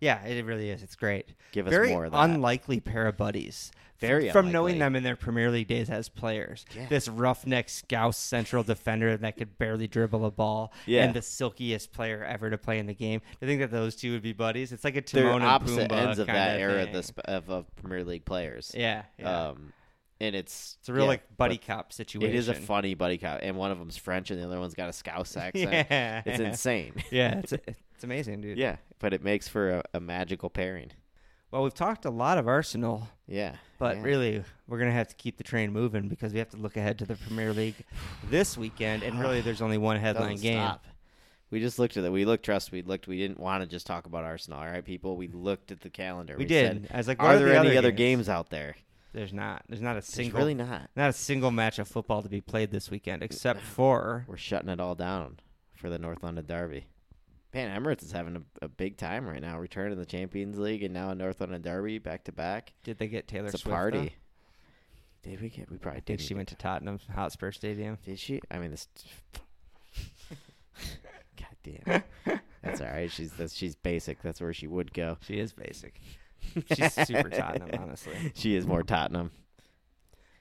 Speaker 1: Yeah, it really is. It's great.
Speaker 2: Give us
Speaker 1: Very
Speaker 2: more of that.
Speaker 1: unlikely pair of buddies.
Speaker 2: Very
Speaker 1: from knowing
Speaker 2: unlikely.
Speaker 1: them in their Premier League days as players.
Speaker 2: Yeah.
Speaker 1: This roughneck scouse central defender that could barely dribble a ball,
Speaker 2: Yeah.
Speaker 1: and the silkiest player ever to play in the game. I think that those two would be buddies. It's like a Timon
Speaker 2: They're
Speaker 1: and
Speaker 2: opposite
Speaker 1: Pumbaa
Speaker 2: ends of that
Speaker 1: kinda
Speaker 2: era of,
Speaker 1: thing.
Speaker 2: the sp- of, of Premier League players.
Speaker 1: yeah, yeah.
Speaker 2: Um, and it's
Speaker 1: it's a real
Speaker 2: yeah,
Speaker 1: like buddy
Speaker 2: but-
Speaker 1: cop situation.
Speaker 2: It is a funny buddy cop, and one of them's French, and the other one's got a Scouse accent.
Speaker 1: Yeah.
Speaker 2: It's insane.
Speaker 1: yeah, it's it's amazing, dude.
Speaker 2: yeah, but it makes for a, a magical pairing.
Speaker 1: Well, we've talked a lot of Arsenal,
Speaker 2: Yeah,
Speaker 1: but
Speaker 2: yeah.
Speaker 1: really we're gonna have to keep the train moving because we have to look ahead to the Premier League this weekend, and really there's only one
Speaker 2: Doesn't
Speaker 1: headline game.
Speaker 2: stop. We just looked at it. We looked, trust we looked. We didn't want to just talk about Arsenal, all right, people? We looked at the calendar.
Speaker 1: We did.
Speaker 2: said,
Speaker 1: I was like, what
Speaker 2: are there any other
Speaker 1: games?
Speaker 2: games? out there?
Speaker 1: There's not. There's not a
Speaker 2: There's
Speaker 1: single.
Speaker 2: really not.
Speaker 1: Not a single match of football to be played this weekend, except for
Speaker 2: We're shutting it all down for the North London Derby. Man, Emirates is having a, a big time right now. Return to the Champions League and now a North London Derby back to back.
Speaker 1: did they get Taylor
Speaker 2: It's a
Speaker 1: Swift? though?
Speaker 2: party. Did we get? We probably
Speaker 1: I think
Speaker 2: did.
Speaker 1: she went to Tottenham Hotspur Stadium.
Speaker 2: Did she? I mean, this. God damn. That's all right. She's that's, she's basic. That's where she would go.
Speaker 1: She is basic. She's super Tottenham, honestly.
Speaker 2: She is more Tottenham.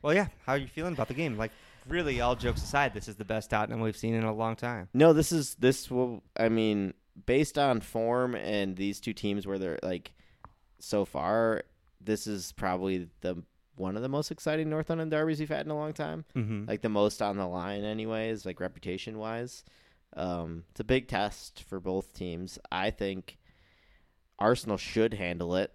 Speaker 1: Well, yeah. How are you feeling about the game? Like, really, all jokes aside, this is the best Tottenham we've seen in a long time.
Speaker 2: No, this is this will. I mean, based on form and these two teams where they're like so far, this is probably the one of the most exciting North London derbies we've had in a long time.
Speaker 1: Mm-hmm.
Speaker 2: Like the most on the line, anyways. Like reputation wise, um, it's a big test for both teams. I think Arsenal should handle it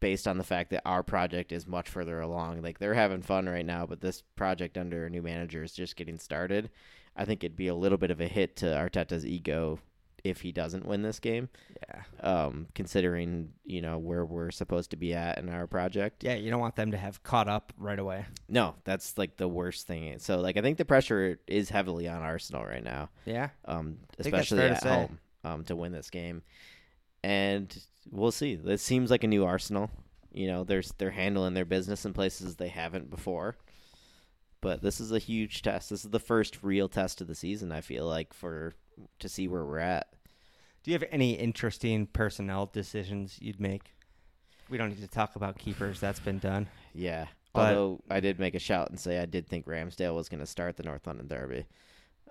Speaker 2: based on the fact that our project is much further along. Like they're having fun right now, but this project under a new manager is just getting started. I think it'd be a little bit of a hit to Arteta's ego if he doesn't win this game,
Speaker 1: yeah.
Speaker 2: um, considering you know where we're supposed to be at in our project.
Speaker 1: Yeah. You don't want them to have caught up right away.
Speaker 2: No, that's like the worst thing. So like I think the pressure is heavily on Arsenal right now
Speaker 1: Yeah.
Speaker 2: um,
Speaker 1: think that's
Speaker 2: especially
Speaker 1: fair to
Speaker 2: at
Speaker 1: say.
Speaker 2: home, um, to win this game. And we'll see. This seems like a new Arsenal. You know, they're they're handling their business in places they haven't before. But this is a huge test. This is the first real test of the season. I feel like for to see where we're at.
Speaker 1: Do you have any interesting personnel decisions you'd make? We don't need to talk about keepers. That's been done.
Speaker 2: Yeah.
Speaker 1: But-
Speaker 2: Although I did make a shout and say I did think Ramsdale was going to start the North London Derby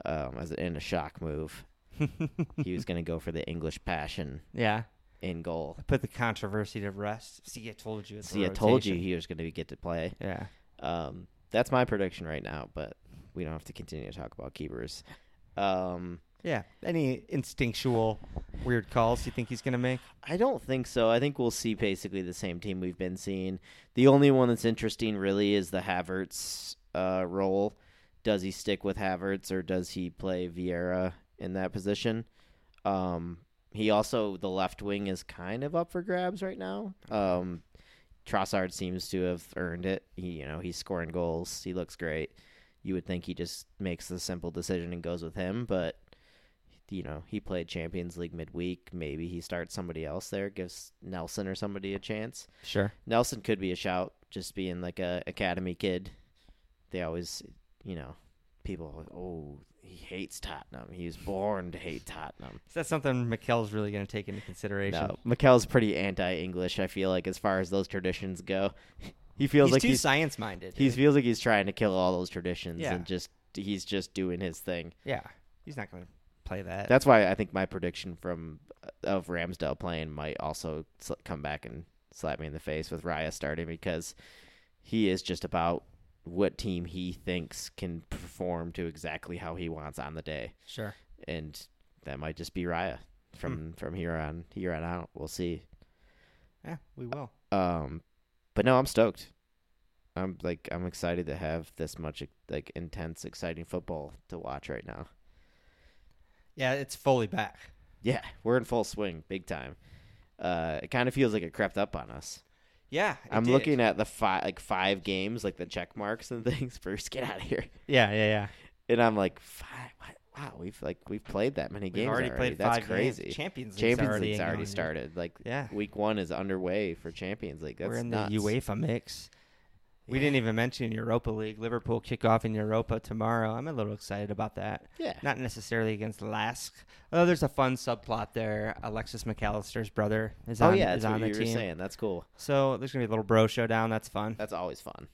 Speaker 2: um, as in a shock move. he was going to go for the English passion
Speaker 1: Yeah.
Speaker 2: in goal.
Speaker 1: Put the controversy to rest. See, I told you. It's a
Speaker 2: See, I told you
Speaker 1: rotation.
Speaker 2: he was going to get to play.
Speaker 1: Yeah.
Speaker 2: Um, that's my prediction right now, but we don't have to continue to talk about keepers. Um,
Speaker 1: Yeah. Any instinctual weird calls you think he's going to make?
Speaker 2: I don't think so. I think we'll see basically the same team we've been seeing. The only one that's interesting really is the Havertz uh, role. Does he stick with Havertz or does he play Vieira in that position? Um, he also the left wing is kind of up for grabs right now. Um, Trossard seems to have earned it. He, you know, he's scoring goals. He looks great. You would think he just makes the simple decision and goes with him, but you know, he played Champions League midweek. Maybe he starts somebody else there, gives Nelson or somebody a chance.
Speaker 1: Sure.
Speaker 2: Nelson could be a shout, just being like a academy kid. They always, you know, people, are like, oh, he hates Tottenham. He was born to hate Tottenham.
Speaker 1: Is that something Mikel's really going to take into consideration?
Speaker 2: No, Mikel's pretty anti-English. I feel like as far as those traditions go, he feels
Speaker 1: He's
Speaker 2: like
Speaker 1: too
Speaker 2: he's
Speaker 1: science minded.
Speaker 2: he feels like he's trying to kill all those traditions
Speaker 1: Yeah.
Speaker 2: and just he's just doing his thing.
Speaker 1: yeah. He's not going to play that.
Speaker 2: That's why I think my prediction from uh, of Ramsdale playing might also sl- come back and slap me in the face with Raya starting because he is just about what team he thinks can perform to exactly how he wants on the day,
Speaker 1: sure.
Speaker 2: and that might just be Raya from from here on here on out. We'll see.
Speaker 1: Yeah, we will.
Speaker 2: Um, but no, I'm stoked. I'm like I'm excited to have this much like intense, exciting football to watch right now.
Speaker 1: Yeah, it's fully back.
Speaker 2: Yeah, we're in full swing, big time. Uh, it kind of feels like it crept up on us.
Speaker 1: Yeah. it
Speaker 2: I'm
Speaker 1: did.
Speaker 2: looking at the five, like five games, like the check marks and things. First, get out of here,
Speaker 1: Yeah, yeah, yeah.
Speaker 2: and I'm like, five, what? wow, we've like we've played that many
Speaker 1: We've
Speaker 2: games
Speaker 1: already
Speaker 2: already.
Speaker 1: played
Speaker 2: That's
Speaker 1: five games.
Speaker 2: crazy.
Speaker 1: Champions League's
Speaker 2: Champions
Speaker 1: already
Speaker 2: League's already
Speaker 1: going, dude.
Speaker 2: started. Like,
Speaker 1: Yeah.
Speaker 2: week one is underway for Champions League. That's
Speaker 1: We're in
Speaker 2: nuts.
Speaker 1: the E UEFA mix. We didn't even mention Europa League. Liverpool kick off in Europa tomorrow. I'm a little excited about that.
Speaker 2: Yeah,
Speaker 1: Not necessarily against Lask. Although there's a fun subplot there. Alexis McAllister's brother is
Speaker 2: oh
Speaker 1: on,
Speaker 2: yeah,
Speaker 1: is
Speaker 2: that's
Speaker 1: on
Speaker 2: what
Speaker 1: the
Speaker 2: you were
Speaker 1: team.
Speaker 2: saying. That's cool.
Speaker 1: So there's gonna be a little bro showdown. That's fun.
Speaker 2: That's always fun.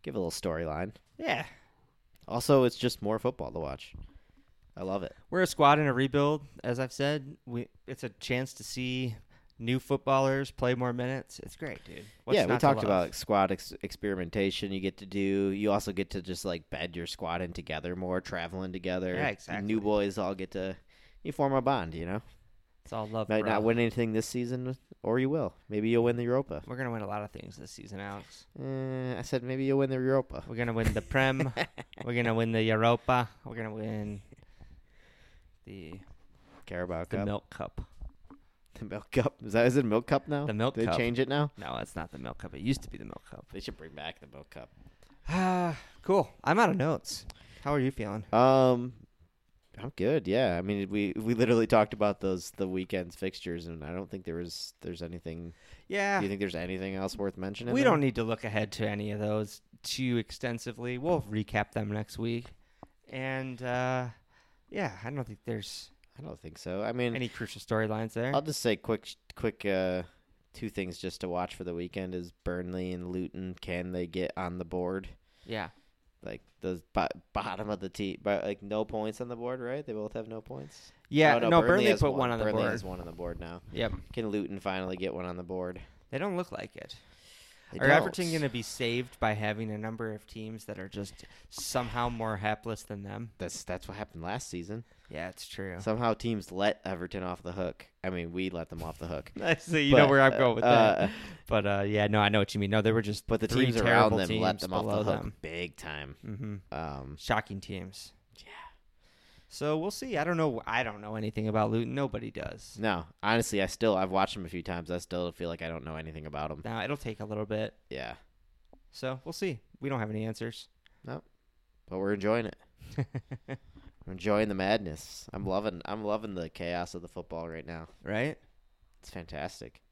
Speaker 2: Give a little storyline.
Speaker 1: Yeah,
Speaker 2: Also, it's just more football to watch. I love it.
Speaker 1: we're a squad in a rebuild, as I've said. We it's a chance to see new footballers play more minutes. It's great, dude. What's
Speaker 2: yeah,
Speaker 1: not
Speaker 2: we
Speaker 1: to
Speaker 2: talked
Speaker 1: love?
Speaker 2: about like, squad ex- experimentation. You get to do. You also get to just like bed your squad in together more, traveling together.
Speaker 1: Yeah, exactly.
Speaker 2: New boys all get to you form a bond. You know,
Speaker 1: it's all love.
Speaker 2: might not
Speaker 1: bro.
Speaker 2: win anything this season, or you will. Maybe you'll win the Europa.
Speaker 1: We're gonna win a lot of things this season, Alex.
Speaker 2: Eh, I said maybe you'll win the Europa.
Speaker 1: We're gonna win the Prem. we're gonna win the Europa. We're gonna win the
Speaker 2: Carabao
Speaker 1: The
Speaker 2: Cup.
Speaker 1: milk cup.
Speaker 2: The milk cup. Is that is it milk cup now?
Speaker 1: The milk
Speaker 2: They
Speaker 1: cup.
Speaker 2: change it now.
Speaker 1: No, it's not the milk cup. It used to be the milk cup.
Speaker 2: They should bring back the milk cup.
Speaker 1: Ah, cool. I'm out of notes. How are you feeling?
Speaker 2: Um, I'm good. Yeah, I mean, we we literally talked about those the weekend's fixtures, and I don't think there was there's anything.
Speaker 1: Yeah.
Speaker 2: Do you think there's anything else worth mentioning?
Speaker 1: We
Speaker 2: there?
Speaker 1: don't need to look ahead to any of those too extensively. We'll recap them next week. And uh, yeah, I don't think there's
Speaker 2: I don't think so. I mean,
Speaker 1: any crucial storylines there.
Speaker 2: I'll just say quick, quick, uh, two things just to watch for the weekend is Burnley and Luton. Can they get on the board?
Speaker 1: Yeah.
Speaker 2: Like the bo- bottom of the team, but like no points on the board, right? They both have no points.
Speaker 1: Yeah.
Speaker 2: Oh,
Speaker 1: no, Burnley,
Speaker 2: has
Speaker 1: put one on the
Speaker 2: Burnley
Speaker 1: board.
Speaker 2: has one on the board now.
Speaker 1: Yep.
Speaker 2: Can Luton finally get one on the board?
Speaker 1: They don't look like it.
Speaker 2: They
Speaker 1: are
Speaker 2: don't.
Speaker 1: Everton going to be saved by having a number of teams that are just somehow more hapless than them?
Speaker 2: That's that's what happened last season.
Speaker 1: Yeah, it's true.
Speaker 2: Somehow teams let Everton off the hook. I mean, we let them off the hook.
Speaker 1: so you know
Speaker 2: But,
Speaker 1: where I'm going with
Speaker 2: uh,
Speaker 1: that. But uh, yeah, no, I know what you mean. No, they were just
Speaker 2: But the
Speaker 1: three
Speaker 2: teams around
Speaker 1: terrible
Speaker 2: them let
Speaker 1: teams
Speaker 2: them off the
Speaker 1: below
Speaker 2: hook
Speaker 1: them.
Speaker 2: big time.
Speaker 1: Mm-hmm.
Speaker 2: Um,
Speaker 1: Shocking teams.
Speaker 2: Yeah.
Speaker 1: So we'll see. I don't know. I don't know anything about Luton. Nobody does.
Speaker 2: no, honestly, I still I've watched them a few times. I still feel like I don't know anything about them.
Speaker 1: Now it'll take a little bit.
Speaker 2: Yeah,
Speaker 1: So we'll see. We don't have any answers.
Speaker 2: but we're enjoying it. I'm enjoying the madness. I'm loving I'm loving the chaos of the football right now.
Speaker 1: right?
Speaker 2: It's fantastic.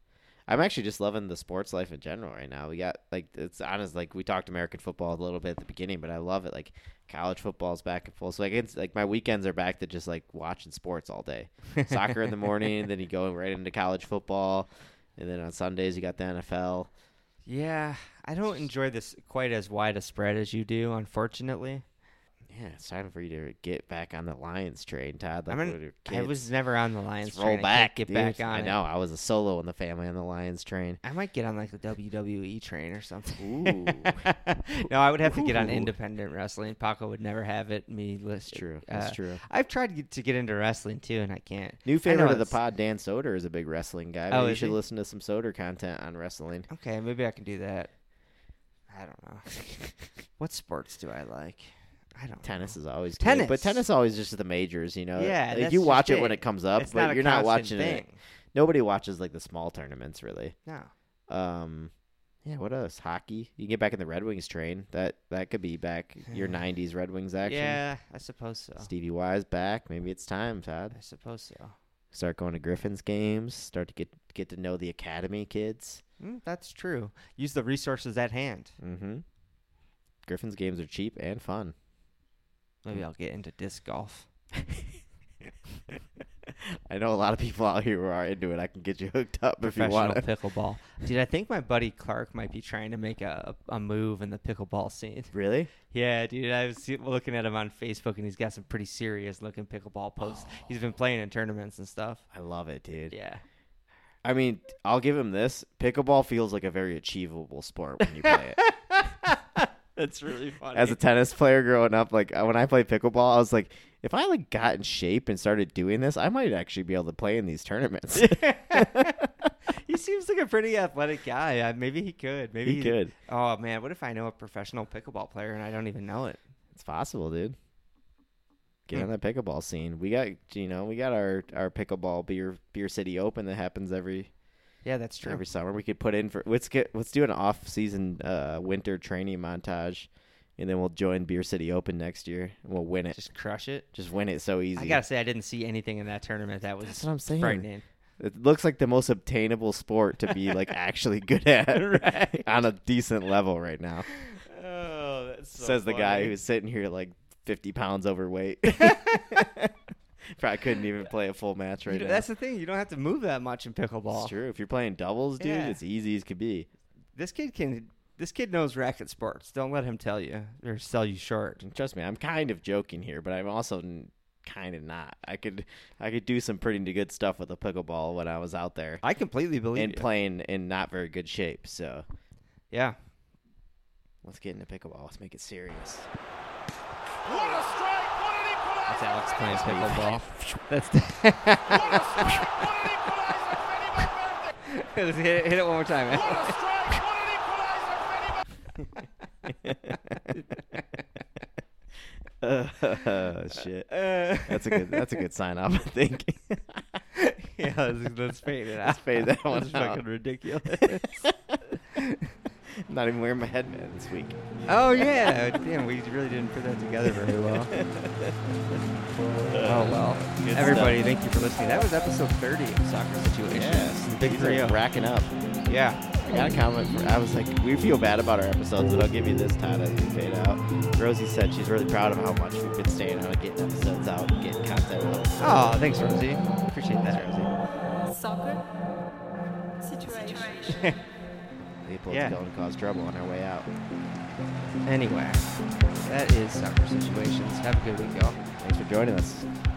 Speaker 2: I'm actually just loving the sports life in general right now. We got like it's honest like we talked American football a little bit at the beginning, but I love it. Like college football's back in full. So like it's like my weekends are back to just like watching sports all day. Soccer in the morning, then you go right into college football, and then on Sundays you got the NFL.
Speaker 1: Yeah, I don't enjoy this quite as wide a spread as you do, unfortunately.
Speaker 2: Yeah, it's time for you to get back on the Lions train, Todd. Like
Speaker 1: I'm an-
Speaker 2: when we were
Speaker 1: I
Speaker 2: kids.
Speaker 1: was never on the Lions.
Speaker 2: Let's roll
Speaker 1: train. I can't
Speaker 2: back,
Speaker 1: get
Speaker 2: dude.
Speaker 1: back on.
Speaker 2: I
Speaker 1: it.
Speaker 2: know I was a solo in the family on the Lions train.
Speaker 1: I might get on like the WWE train or something.
Speaker 2: Ooh.
Speaker 1: no, I would have to get on
Speaker 2: Ooh.
Speaker 1: independent wrestling. Paco would never have it. Me, list.
Speaker 2: It's true. That's
Speaker 1: uh,
Speaker 2: true.
Speaker 1: I've tried to get- to get into wrestling too, and I can't.
Speaker 2: New
Speaker 1: I know
Speaker 2: favorite of the
Speaker 1: it's-
Speaker 2: pod, Dan Soder, is a big wrestling guy. Maybe
Speaker 1: Oh,
Speaker 2: you
Speaker 1: is
Speaker 2: should
Speaker 1: he?
Speaker 2: listen to some Soder content on wrestling.
Speaker 1: Okay, maybe I can do that. I don't know. what sports do I like? I don't.
Speaker 2: Tennis
Speaker 1: know.
Speaker 2: is always good,
Speaker 1: Tennis.
Speaker 2: but tennis always just the majors, you know.
Speaker 1: Yeah,
Speaker 2: like
Speaker 1: that's
Speaker 2: you
Speaker 1: just
Speaker 2: watch it when
Speaker 1: it.
Speaker 2: it comes up,
Speaker 1: It's
Speaker 2: but
Speaker 1: a
Speaker 2: you're not watching
Speaker 1: constant
Speaker 2: it. Nobody watches like the small tournaments, really.
Speaker 1: No.
Speaker 2: Um, yeah, what else? Hockey. You can get back in the Red Wings train. That that could be back your '90s Red Wings action.
Speaker 1: Yeah, I suppose so.
Speaker 2: Stevie Y's back. Maybe it's time, Todd.
Speaker 1: I suppose so.
Speaker 2: Start going to Griffin's games. Start to get get to know the academy kids.
Speaker 1: Mm, that's true. Use the resources at hand.
Speaker 2: Mm-hmm. Griffin's games are cheap and fun. Hmm.
Speaker 1: Maybe I'll get into disc golf.
Speaker 2: I know a lot of people out here who are into it. I can get you hooked up if you
Speaker 1: Professional
Speaker 2: want. to.
Speaker 1: pickleball. Dude, I think my buddy Clark might be trying to make a, a move in the pickleball scene.
Speaker 2: Really?
Speaker 1: Yeah, dude, I was see- looking at him on Facebook and he's got some pretty serious looking pickleball posts. He's been playing in tournaments and stuff.
Speaker 2: I love it, dude.
Speaker 1: Yeah.
Speaker 2: I mean, I'll give him this. Pickleball feels like a very achievable sport when you play it.
Speaker 1: That's really funny.
Speaker 2: As a tennis player growing up, like uh, when I played pickleball, I was like, if I like got in shape and started doing this, I might actually be able to play in these tournaments.
Speaker 1: he seems like a pretty athletic guy. Uh, maybe he could. Maybe
Speaker 2: He could.
Speaker 1: Oh man, what if I know a professional pickleball player and I don't even know it?
Speaker 2: It's possible, dude. Get on that pickleball scene. We got you know, we got our our pickleball beer beer city open that happens every
Speaker 1: Yeah, that's true.
Speaker 2: every summer. We could put in for let's get let's do an off season uh winter training montage and then we'll join Beer City Open next year and we'll win it. Just,
Speaker 1: Just crush it.
Speaker 2: win it so easy.
Speaker 1: I gotta say, I didn't see anything in that tournament that was
Speaker 2: That's what I'm saying.
Speaker 1: frightening.
Speaker 2: It looks like the most obtainable sport to be like actually good at
Speaker 1: Right.
Speaker 2: on a decent level right now.
Speaker 1: Oh, that's so
Speaker 2: Says the guy
Speaker 1: funny.
Speaker 2: who's sitting here like fifty pounds overweight. Probably couldn't even play a full match
Speaker 1: You
Speaker 2: right
Speaker 1: don't-
Speaker 2: now.
Speaker 1: that's the thing. You don't have to move that much in
Speaker 2: It's
Speaker 1: pickleball.
Speaker 2: true. If you're playing doubles, dude,
Speaker 1: Yeah.
Speaker 2: it's easy as could be.
Speaker 1: This kid can. This kid knows racket sports. Don't let him tell you or sell you short.
Speaker 2: And trust me, I'm kind of joking here, but I'm also n- kind of not. I could I could do some pretty good stuff with a pickleball when I was out there
Speaker 1: I completely believe
Speaker 2: and
Speaker 1: you.
Speaker 2: playing in not very good shape. So
Speaker 1: yeah,
Speaker 2: let's get into pickleball. Let's make it serious.
Speaker 4: What a strike! What an equalizer!
Speaker 1: that's Alex playing
Speaker 2: me.
Speaker 1: pickleball. That's
Speaker 4: What a strike! What an equalizer! Freddy Valverde!
Speaker 1: Let's hit, it, hit it one more time.
Speaker 4: What
Speaker 1: Alex.
Speaker 4: a strike! What an equalizer! Freddy Valverde!
Speaker 2: Uh, shit.
Speaker 1: Uh,
Speaker 2: Oh, That's a good that's a good sign off, I think.
Speaker 1: let's, let's fade it out.
Speaker 2: Let's fade that one
Speaker 1: That's
Speaker 2: out.
Speaker 1: fucking ridiculous.
Speaker 2: I'm not even wearing my headband this week.
Speaker 1: oh yeah, damn, we really didn't put that together very well. Oh well.
Speaker 2: Good
Speaker 1: Everybody,
Speaker 2: stuff.
Speaker 1: thank you for listening. That was episode 30 of Soccer Situation.
Speaker 2: Yes,
Speaker 1: Big
Speaker 2: these
Speaker 1: for
Speaker 2: are
Speaker 1: you.
Speaker 2: Racking up.
Speaker 1: Yeah.
Speaker 2: I got a comment. From, I was like, we feel bad about our episodes, but I'll give you this, Todd, as we fade out. Rosie said she's really proud of how much we've been staying out, getting episodes out, and getting content out.
Speaker 1: Oh, thanks, Rosie. Appreciate that, Rosie.
Speaker 3: Soccer situation.
Speaker 2: Leopold's
Speaker 1: Yeah.
Speaker 2: going to cause trouble on our way out.
Speaker 1: Anyway, that is Soccer Situations. Have a good week, y'all.
Speaker 2: Thanks for joining us.